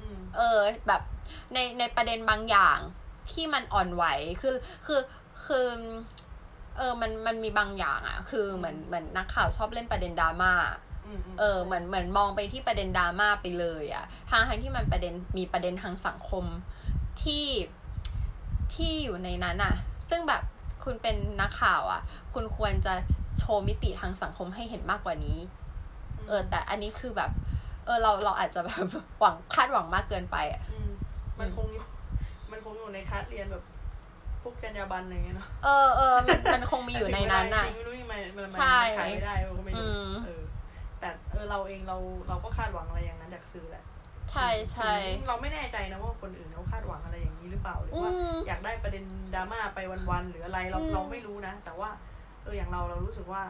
S1: อืม
S2: เออแบบในในประเด็นบางอย่างที่มันอ่อนไหวคือคือคือเออมันมันมีบางอย่างอะคือเหมือนเหมือนนักข่าวชอบเล่นประเด็นดราม่า
S1: อืมม
S2: เออเหมือนเหมือนมองไปที่ประเด็นดราม่าไปเลยอะทางทางที่มันประเด็นมีประเด็นทางสังคมที่ที่อยู่ในนั้นอะซึ่งแบบคุณเป็นนักข่าวอะคุณควรจะโชว์มิติทางสังคมให้เห็นมากกว่านี้
S1: ม
S2: เออ แต่อันนี้คือแบบ เออเราเราอาจจะแบบ หวังคาดหวังมากเกินไปอะ
S1: อืมมันคงอยู่ มันคงอยู่ในคลาสเรียนแบบพวกจรรยาบรรณอะไรเงี้ยเนาะ
S2: เออเออมันมันคงมีอยู่ในนั้นน่ะ
S1: จริงๆไม่รู้ยังไงมันมัน
S2: ใช่
S1: ขายไม่ได้เราก็ไม่
S2: อื
S1: รู้
S2: ม
S1: เออแต่เออเราเองเราเราก็คาดหวังอะไรอย่างนั้นจากสื่อแหละ
S2: ใช่ใช่
S1: ถึงเราไม่แน่ใจนะว่าคนอื่นเขาคาดหวังอะไรอย่างนี้หรือเปล่าหรือ
S2: อื
S1: ว่าม อยากได้ประเด็นดราม่าไปวันๆหรืออะไรเรา
S2: อืม
S1: เราไม่รู้นะ แต่ว่าเอออย่างเราเรารู้สึกว่า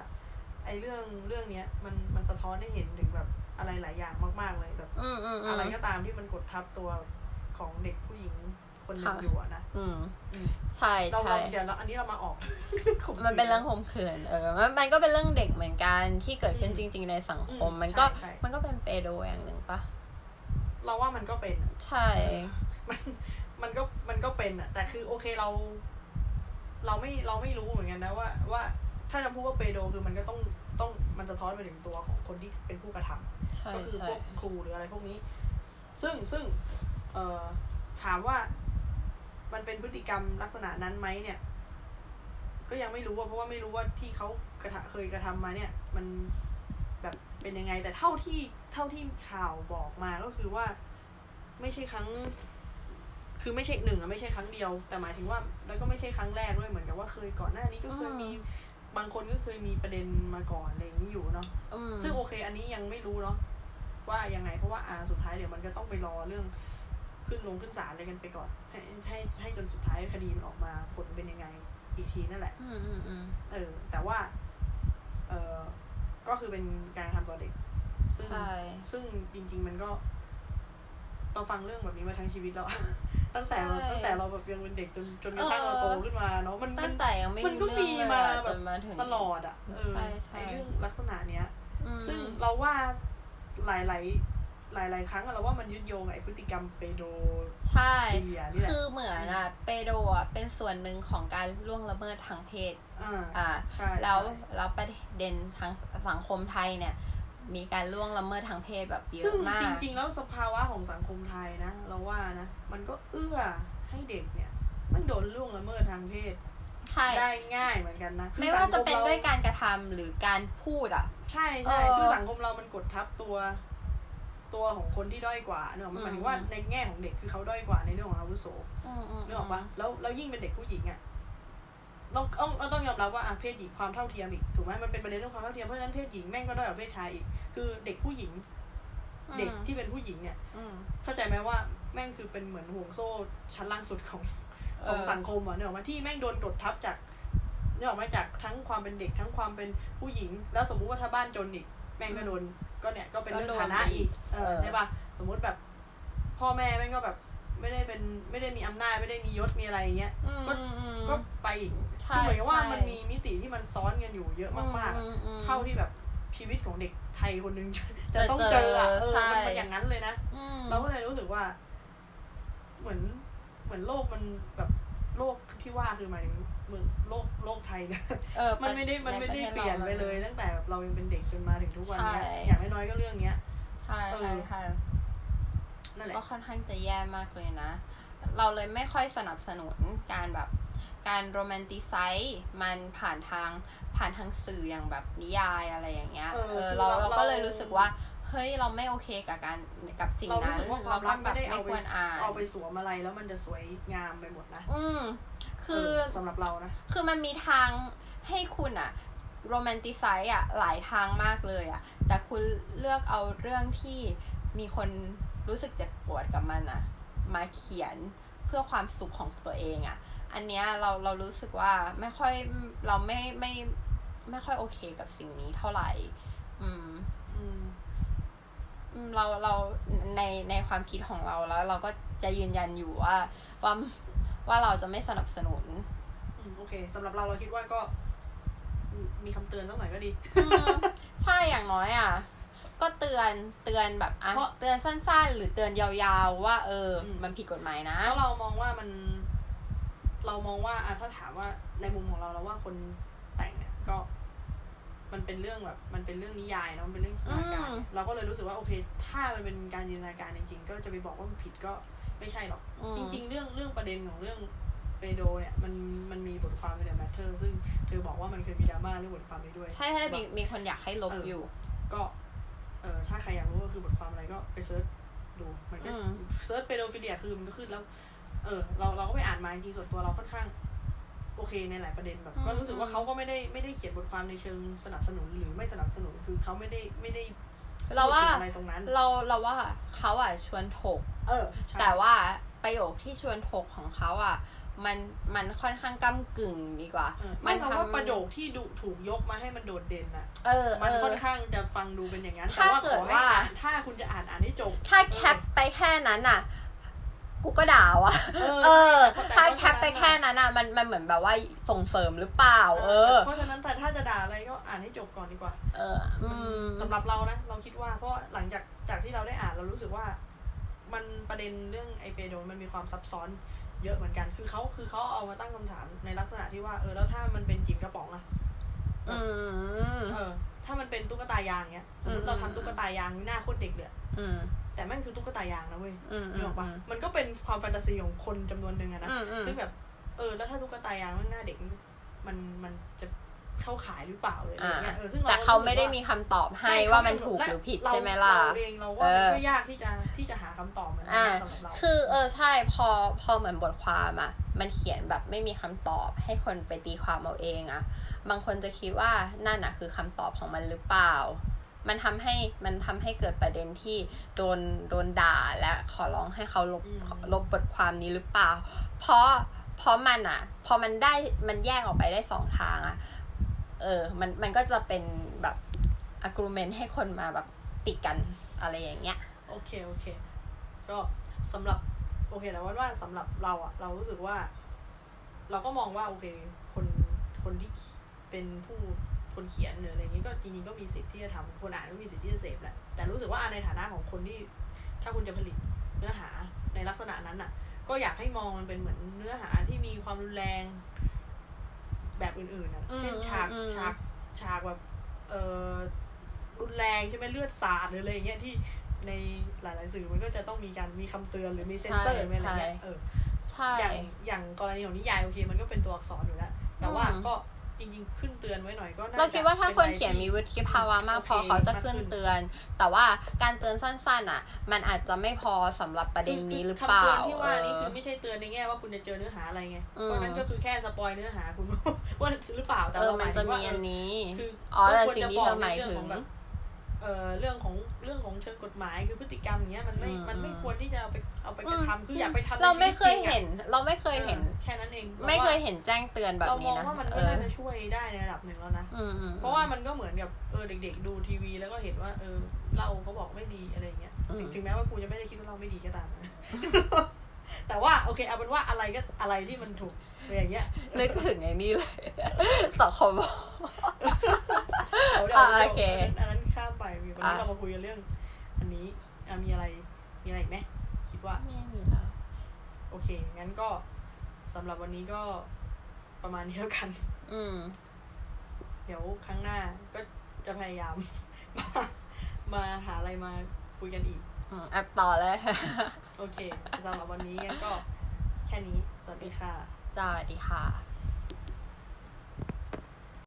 S1: ไอ้เรื่องเรื่องเนี้ยมันมันสะท้อนให้เห็นถึงแบบอะไรหลายอย่างมากๆเลยแบบ
S2: อืมอืมอื
S1: อะไร
S2: ม
S1: ก็ตามที่มันกดทับตัวของเด็กผู้หญิงคนหนึ่ง
S2: ค่ะ
S1: อยู่อะนะ
S2: อืม
S1: อืม
S2: ใช่
S1: เรา
S2: ใช่
S1: เราเดี๋ยวเราอันนี้เรามาออก ข่ขื
S2: มันเป็นเรื่องข่มขืนเออมันมันก็เป็นเรื่องเด็กเหมือนกันที่เกิดขึ้น
S1: อืม
S2: จริง ๆ ในสังคม
S1: อืม
S2: มันก็
S1: ใช่ใช่
S2: มันก็เป็นเปโดอย่างหนึ่งปะ
S1: เราว่ามันก็เป็นอะ
S2: ใช่
S1: มันมันก็มันก็เป็นอะแต่คือโอเคเรา เราไม่เราไม่รู้เหมือนกันนะว่า ว่าถ้าจะพูดว่าเปโดคือมันก็ต้องต้องมันจะท้อนไปถึงตัวของคนที่เป็นผู้กระทำ
S2: ใช่
S1: ก็คือ
S2: ใช่
S1: พวกครูหรืออะไรพวกนี้ ซึ่งซึ่ง เอ่อถามว่า มันเป็นพฤติกรรมลักษณะนั้นไหมเนี่ย ก็ยังไม่รู้อะเพราะว่าไม่รู้ว่าที่เขากระทะเคยกระทำมาเนี่ย มันแบบเป็นยังไง แต่เท่าที่เท่าที่ข่าวบอกมาก็คือว่า ไม่ใช่ครั้ง คือไม่ใช่หนึ่งอะไม่ใช่ครั้งเดียว แต่หมายถึงว่า แล้วก็ไม่ใช่ครั้งแรกด้วยเหมือนกับว่าเคยก่อนหน้านี้ก็เคยมี บางคนก็เคยมีประเด็นมาก่อนอะไรอย่างนี้อยู่เนาะ
S2: อืม
S1: ซึ่งโอเค อันนี้ยังไม่รู้เนาะว่ายังไง เพราะว่าอ่าสุดท้ายเดี๋ยวมันก็ต้องไปรอเรื่อง ขึ้นลงขึ้นศาลอะไรกันไปก่อน ให้ให้ให้จนสุดท้ายคดีมันออกมาผลเป็นยังไง อีกทีนั่นแหละ
S2: อืมอืมอืม
S1: เออ แต่ว่า เออก็คือเป็นการกระทำต่อเด็ก ซึ่ง
S2: ใช่
S1: ซึ่งจริง ๆ มันก็ เราฟังเรื่องแบบนี้มาทั้งชีวิตแล้ว ตั้งแต่เราตั้งแต่เราแบบยังเป็นเด็กจนจนกระทั่งเราโตขึ้นมาเนาะมันมั
S2: ตั้
S1: น
S2: งแต่ยังไม่
S1: มันก็
S2: รู้เรื่อง
S1: มี
S2: เลย
S1: มา
S2: อะ
S1: แบบ
S2: จนมาถึง
S1: ตลอดอ่ะเออ
S2: ใช่ใช่
S1: ไอเรื่องลักษณะเนี้ย
S2: อืม
S1: ซึ่งเราว่าหลาย หลาย ๆ ครั้งอะเราว่ามันยึดโยงกับไอ้พฤติกรรมเปโดร
S2: ใช่
S1: เลียนี่แหละ
S2: คือเหมือนอะเปโดรอะเป็นส่วนหนึ่งของการล่วงละเมิดทางเพศ
S1: อ่า
S2: อ่า
S1: ใช่
S2: แล้ว
S1: ใช่
S2: แล้วประเด็นทางสังคมไทยเนี่ย มีการล่วงละเมิดทางเพศแบบเย
S1: ซึ่
S2: อะ
S1: ง
S2: มา
S1: จ
S2: ก
S1: ริง ๆ แล้วสภาวะของสังคมไทยนะ เราว่านะ มันก็เอื้อให้เด็กเนี่ยไม่โดนล่วงละเมิดทางเพศ
S2: ใช่
S1: ได้ง่ายเหมือนกันนะคือ
S2: ไม่ว่าจะเป็น
S1: สังคมร
S2: ด้วยการกระทำหรือการพูดอ่ะ
S1: ใช่ใช่
S2: เออ
S1: คือสังคมเรามันกดทับตัว ตัวของคนที่ด้อยกว่าเนกอะมันหมายถึงว่า
S2: อืม
S1: ในแง่ของเด็กคือเขาด้อยกว่าในเรื่องของอาวุโส
S2: อืมๆๆ
S1: เนกออกปะแล้วแล้วยิ่งเป็นเด็กผู้หญิงอ่ะต้องต้องต้องยอมรับว่าอ่ะเพศหญิงความเท่าเทียมอีกถูกไหมมันเป็นประเด็นเรื่องความเท่าเทียมเพราะฉะนั้นเพศหญิงแม่งก็ด้อยกว่าเพศชายอีกคือเด็กผู้หญิง เด็กที่เป็นผู้หญิงเนี่ย
S2: อืม
S1: เข้าใจไหมว่าแม่งคือเป็นเหมือนห่วงโซ่ชั้นล่างสุดของ
S2: เอ
S1: ของ
S2: อ
S1: สังคมอ่ะเนี่ยออกไหมาที่แม่งโดนกดทับจากเนี่ยออกไหมาจากทั้งความเป็นเด็กทั้งความเป็นผู้หญิง แล้วสมมุติว่าถ้าบ้านจนอีกแม่งก็โดนก็เนี่ยก็เป็นเรื่องฐานะอีกเออใช่ปะสมมุติแบบ พ่อแม่แม่งก็แบบไม่ได้เป็นไม่ได้มีอำนาจไม่ได้มียศมีอะไรอย่างเงี้ย
S2: อืมอืม
S1: ก็ไปอีก
S2: ใช่
S1: คือเหมือนกับว่า
S2: ใช่
S1: มันมีมิติที่มันซ้อนกันอยู่เยอะมาก
S2: อือืม
S1: ๆเท่าที่แบบชีวิตของเด็กไทยคนหนึงจะ
S2: จะ
S1: ต้อง
S2: เจอ
S1: เจออ่ะเออ
S2: ใช่
S1: มันเป็นอย่างนั้นเลยนะ
S2: อืม
S1: เราก็เลยรู้สึกว่า เหมือนเหมือนโลกมันแบบโลกที่ว่าคือหมายถึงเมืองโลกโลกไทย เนี่ย
S2: เออ
S1: มันไม่ได้มันไม่ได้เปลี่ยนไปเลย ตั้งแต่แบบเรายังเป็นเด็กจนมาถึงทุกวันเนี้ยอย่างน้อยๆก็เรื่องเนี้ย
S2: ใช่
S1: เอ
S2: ใช่
S1: อ
S2: ใช่
S1: นั่นแหละ
S2: ก็ค่อนข้างจะแย่มากเลยนะ เราเลยไม่ค่อยสนับสนุนการแบบการโรแมนติไซส์มันผ่านทางผ่านทางสื่ออย่างแบบนิยายอะไรอย่างเงี้ย
S1: เออคือ
S2: เรา
S1: เรา
S2: เราก็เลย
S1: เรารู้
S2: รู้สึกว่า เฮ้ยเราไม่โอเคกับการกับสิ่ง
S1: เรารู้
S2: นั้น
S1: สึกว่าความรักไม่ได้เอาไป
S2: ไม่ควรอ่าน
S1: เอาไปสวมอะไรแล้วมันจะสวยงามไปหมดนะ
S2: อืมคือ
S1: เสำหรับเรานะ
S2: คือมันมีทางให้คุณอะโรแมนติไซส์อะหลายทางมากเลยอะแต่คุณเลือกเอาเรื่องที่มีคนรู้สึกเจ็บปวดกับมันอะมาเขียนเพื่อความสุขของตัวเองอะอันเนี้ยเราเรารู้สึกว่าไม่ค่อยเราไม่ไม่ไม่ค่อยโอเคกับสิ่งนี้เท่าไหร่ อืม
S1: อืม
S2: อืมเราเราในในความคิดของเราแล้ว เราก็จะยืนยันอยู่ว่าว่าว่าเราจะไม่สนับสนุน
S1: อืมโอเคสำหรับเราเราคิดว่าก็ มีคำเตือนสักหน่อยก็ดี
S2: อืมใช่อย่างน้อยอ่ะ ก็เตือนเตือนแบบอ่ะ
S1: เพราะ
S2: เตือนสั้นๆ หรือเตือนยาวๆ ว่า เอออ
S1: ม
S2: มันผิดกฎหมายนะ
S1: แล้วเรามองว่ามัน เรามองว่าอะถ้าถามว่าในมุมของเราเราว่าคนแต่งเนี่ยก็ มันเป็นเรื่องแบบ มันเป็นเรื่องนิยายเนอะมันเป็นเรื่องจินตนาการ
S2: อืม
S1: เราก็เลยรู้สึกว่าโอเค ถ้ามันเป็นการจินตนาการจริงๆ ก็จะไปบอกว่ามันผิดก็ไม่ใช่หรอก
S2: อืม
S1: จริง ๆ เรื่องเรื่องประเด็นของเรื่องเปโดเนี่ย มันมันมีบทความในเดอะแมทเทอร์ซึ่งเธอบอกว่ามันเคยมีดราม่าเรื่องบทความนี้ด้วย
S2: ใช่ใช่มีมีคนอยากให้ลบ
S1: เอออ
S2: อยู่
S1: ก็เออถ้าใครอยากรู้ก็คือบทความอะไรก็ไปเซิร์ชดู มันก็
S2: อืม
S1: เซิร์ชเปโดฟิเลียคือมันก็ขึ้นแล้ว เออ เราเราก็ไปอ่านมาจริงๆส่วนตัวเราค่อนข้าง โอเคในหลายประเด็นแบบ
S2: อืม
S1: ก็รู้สึกว่าเขาก็ไม่ได้ไม่ได้เขียนบทความในเชิงสนับสนุนหรือไม่สนับสนุนคือเขาไม่ได้ไม่ได้
S2: เราว่า
S1: พูดถึงอะไรตรงนั้น
S2: เราเราว่าเขาอ่ะชวนถก
S1: เออใช่
S2: แต่ว่าประโยคที่ชวนถกของเขาอ่ะ มันมันค่อนข้างก้ากึ่งดีกว่า
S1: เออ
S2: มั
S1: ไม่เราว่า
S2: ทำ
S1: ประโยคที่ดูถูกยกมาให้มันโดดเด่นอะ
S2: เออ
S1: มัน
S2: เออ
S1: ค่อนข้างจะฟังดูเป็นอย่างนั้น แต่
S2: ถ้า
S1: ว่า
S2: เกิ
S1: ข
S2: ด
S1: อให้
S2: ว่า
S1: อ่านถ้าคุณจะอ่านอ่านให้จบ
S2: ถ้าแคปไปแค่นั้นอ่ะ กูก็ด่าวะ เออ ถ้าแคปไปแค่นั้นอ่ะ มันมันเหมือนแบบว่าส่งเสริมหรือเปล่า เออ
S1: เพราะฉะนั้นแต่ถ้าจะด่าอะไรก็อ่านให้จบก่อนดีกว่า
S2: เออ อืม
S1: สำหรับเรานะ เราคิดว่าเพราะหลังจากจากที่เราได้อ่านเรารู้สึกว่า มันประเด็นเรื่องไอเปโดมันมีความซับซ้อนเยอะเหมือนกัน คือเขาคือเขาเอามาตั้งคำถามในลักษณะที่ว่าเออแล้วถ้ามันเป็นจิ๋มกระป๋องอะ
S2: อืม
S1: เออ ถ้ามันเป็นตุ๊กตายางเนี้ยสมม
S2: อื
S1: ติ
S2: ม
S1: เราทำตุ๊กตายางหน้าโคตรเด็กเลยอะ
S2: อืม
S1: แต่แม่งคือตุ๊กตายางนะเว้ย
S2: อืม
S1: นึกออกปะมันก็เป็นความแฟนตาซีของคนจำนวนหนึ่งอะนะ
S2: อืมอืม
S1: ซึ่งแบบ เออ แล้วถ้าตุ๊กตายางแม่งหน้าเด็กมันมันจะเข้าขายหรือเปล่าเลยอะไรเงี้ยเออซึ่งร
S2: แต่เขาไม่ได้
S1: รู้สึกว่า
S2: มีคำตอบให้
S1: ช่
S2: ว่ามันถูก
S1: และ
S2: หรือผิด
S1: เรา
S2: ใช่ไหมล่ะ
S1: เราเองเราว่า
S2: เอ
S1: มัน
S2: อ
S1: ก็ยากที่จะที่จะหาคำตอบเหมือนกั
S2: อ่า
S1: นสำหรับเรา
S2: คือเออใช่ พอพอเหมือนบทความอะมันเขียนแบบไม่มีคำตอบให้คนไปตีความเอาเองอะบางคนจะคิดว่านั่นอะคือคำตอบของมันหรือเปล่า มันทำให้มันทำให้เกิดประเด็นที่โดนโดนด่าและขอร้องให้เขาลบขอลบบทความนี้หรือเปล่า เพราะเพราะมันอะพอมันได้มันแยกออกไปได้สองทางอะเออ มันมันก็จะเป็นแบบ argument ให้คนมาแบบติดกันอะไรอย่างเงี้ย
S1: โอเคโอเค ก็สำหรับโอเคแล้วว่าว่าสำหรับเราอะเรารู้สึกว่า เราก็มองว่าโอเค คนคนที่เป็นผู้ คนเขียนหรืออะไรอย่างนี้ก็จริงๆก็มีสิทธิ์ที่จะทำคนอ่านก็มีสิทธิ์ที่จะเสพแหละแต่รู้สึกว่าอ่ะในฐานะของคนที่ ถ้าคุณจะผลิตเนื้อหาในลักษณะนั้นน่ะ ก็อยากให้มองมันเป็นเหมือนเนื้อหาที่มีความรุนแรงแบบอื่นๆนะ
S2: อืม
S1: เช่นฉาก
S2: อืม
S1: ฉากฉากแบบเออรุนแรงใช่ไหมเลือดสาดหรืออะไรอย่างเงี้ยที่ในหลายๆสื่อมันก็จะต้องมีการมีคำเตือนหรือมีเซนเซอร์หรือมีอะไรเงี้ยเออ
S2: ใช่
S1: อย่างอย่างกรณีของนิยายโอเคมันก็เป็นตัวอักษรอยู่แล้ว แต่ว่า
S2: อืม
S1: ก็จริงๆ ขึ้นเตือนไว้หน่อยก็น่า
S2: เราคิดว่าถ้าคน
S1: ป็
S2: เขียน
S1: อะไร
S2: มี
S1: ที่
S2: วุฒิภาวะมาก
S1: โอเค
S2: พอเขาจะขึ้น
S1: มากขึ้น
S2: เตือน แต่ว่าการเตือนสั้น ๆ อ่ะ มันอาจจะไม่พอสำหรับประเด็นนี้หรือเป
S1: คำ
S2: ล่า
S1: เตือนที่ว่านี่
S2: เออ
S1: คือไม่ใช่เตือนในแง่ว่าคุณจะเจอเนื้อหาอะไรไง
S2: อืม
S1: เพราะนั้นก็คือแค่สปอยเนื้อหาคุณ ว่าหรือเปล่าแต่
S2: เออ
S1: เราห
S2: มัน
S1: มายถึ
S2: จะ
S1: งว่า
S2: มี
S1: เออน
S2: อันี้
S1: คือ
S2: อ๋อแต่
S1: ควร
S2: สิ่ง
S1: จะ
S2: ที่
S1: บอก
S2: เธอห
S1: ใน
S2: มาย
S1: เรื่องข
S2: ถึ
S1: อง งแบบเออเรื่องของเรื่องของเชิงกฎหมายคือพฤติกรรมอย่างเงี้ยมันไม่
S2: อืม
S1: มันไม่
S2: อืม
S1: ควรที่จะเอาไปเอาไปกระทำคืออย่าไปทำใน
S2: เรา
S1: ชี
S2: ไม่
S1: วิต
S2: เค
S1: จ
S2: ย
S1: ริงอะ
S2: เห็น เราไม่เคยเห็น
S1: ออแค่นั้นเอง
S2: ไม่เคยเห็นแจ้งเตือนแบบ
S1: เราม
S2: นี้
S1: อง
S2: นะ
S1: ว่ามัน
S2: เอ
S1: ก็
S2: อ
S1: น่าจะช่วยได้ในระดับหนึ่งแล้วนะ
S2: อืมอืม
S1: เพราะว่ามันก็เหมือนกับเออเด็กๆ ดูทีวีแล้วก็เห็นว่าเออเราก็บอกไม่ดีอะไรเงี้ย
S2: อืม
S1: ถึงถึงแม้ว่ากูจะไม่ได้คิดว่าเราไม่ดีก็ตามนะ แต่ว่าโอเคเอาเป็นว่าอะไรก็อะไรที่มันถูกอะไรอย่างเงี้ย
S2: นึกถึงไอ้นี่เลย สังคม
S1: เดี๋ยวเดี๋ยว
S2: อ่า
S1: เดี๋ยว
S2: โอเค
S1: อันนั้นอันนั้นข้ามไปมีวันนี้
S2: อ่ะ
S1: เรามาคุยกันเรื่อง อันนี้อ่ะมีอะไรมีอะไรอีกไหมคิดว่า
S2: ไม่มีแล้ว
S1: โอเค งั้นก็สำหรับวันนี้ก็ประมาณนี้แล้วกัน
S2: อืม
S1: เดี๋ยวครั้งหน้าก็จะพยายาม มามาหาอะไรมาคุยกันอีก
S2: อืมอัดต่อเลย
S1: โอเค สำหรับวันนี้งั้นก็แค่นี้ สวัสดีค่ะ
S2: จ้าสวัสดีค่ะ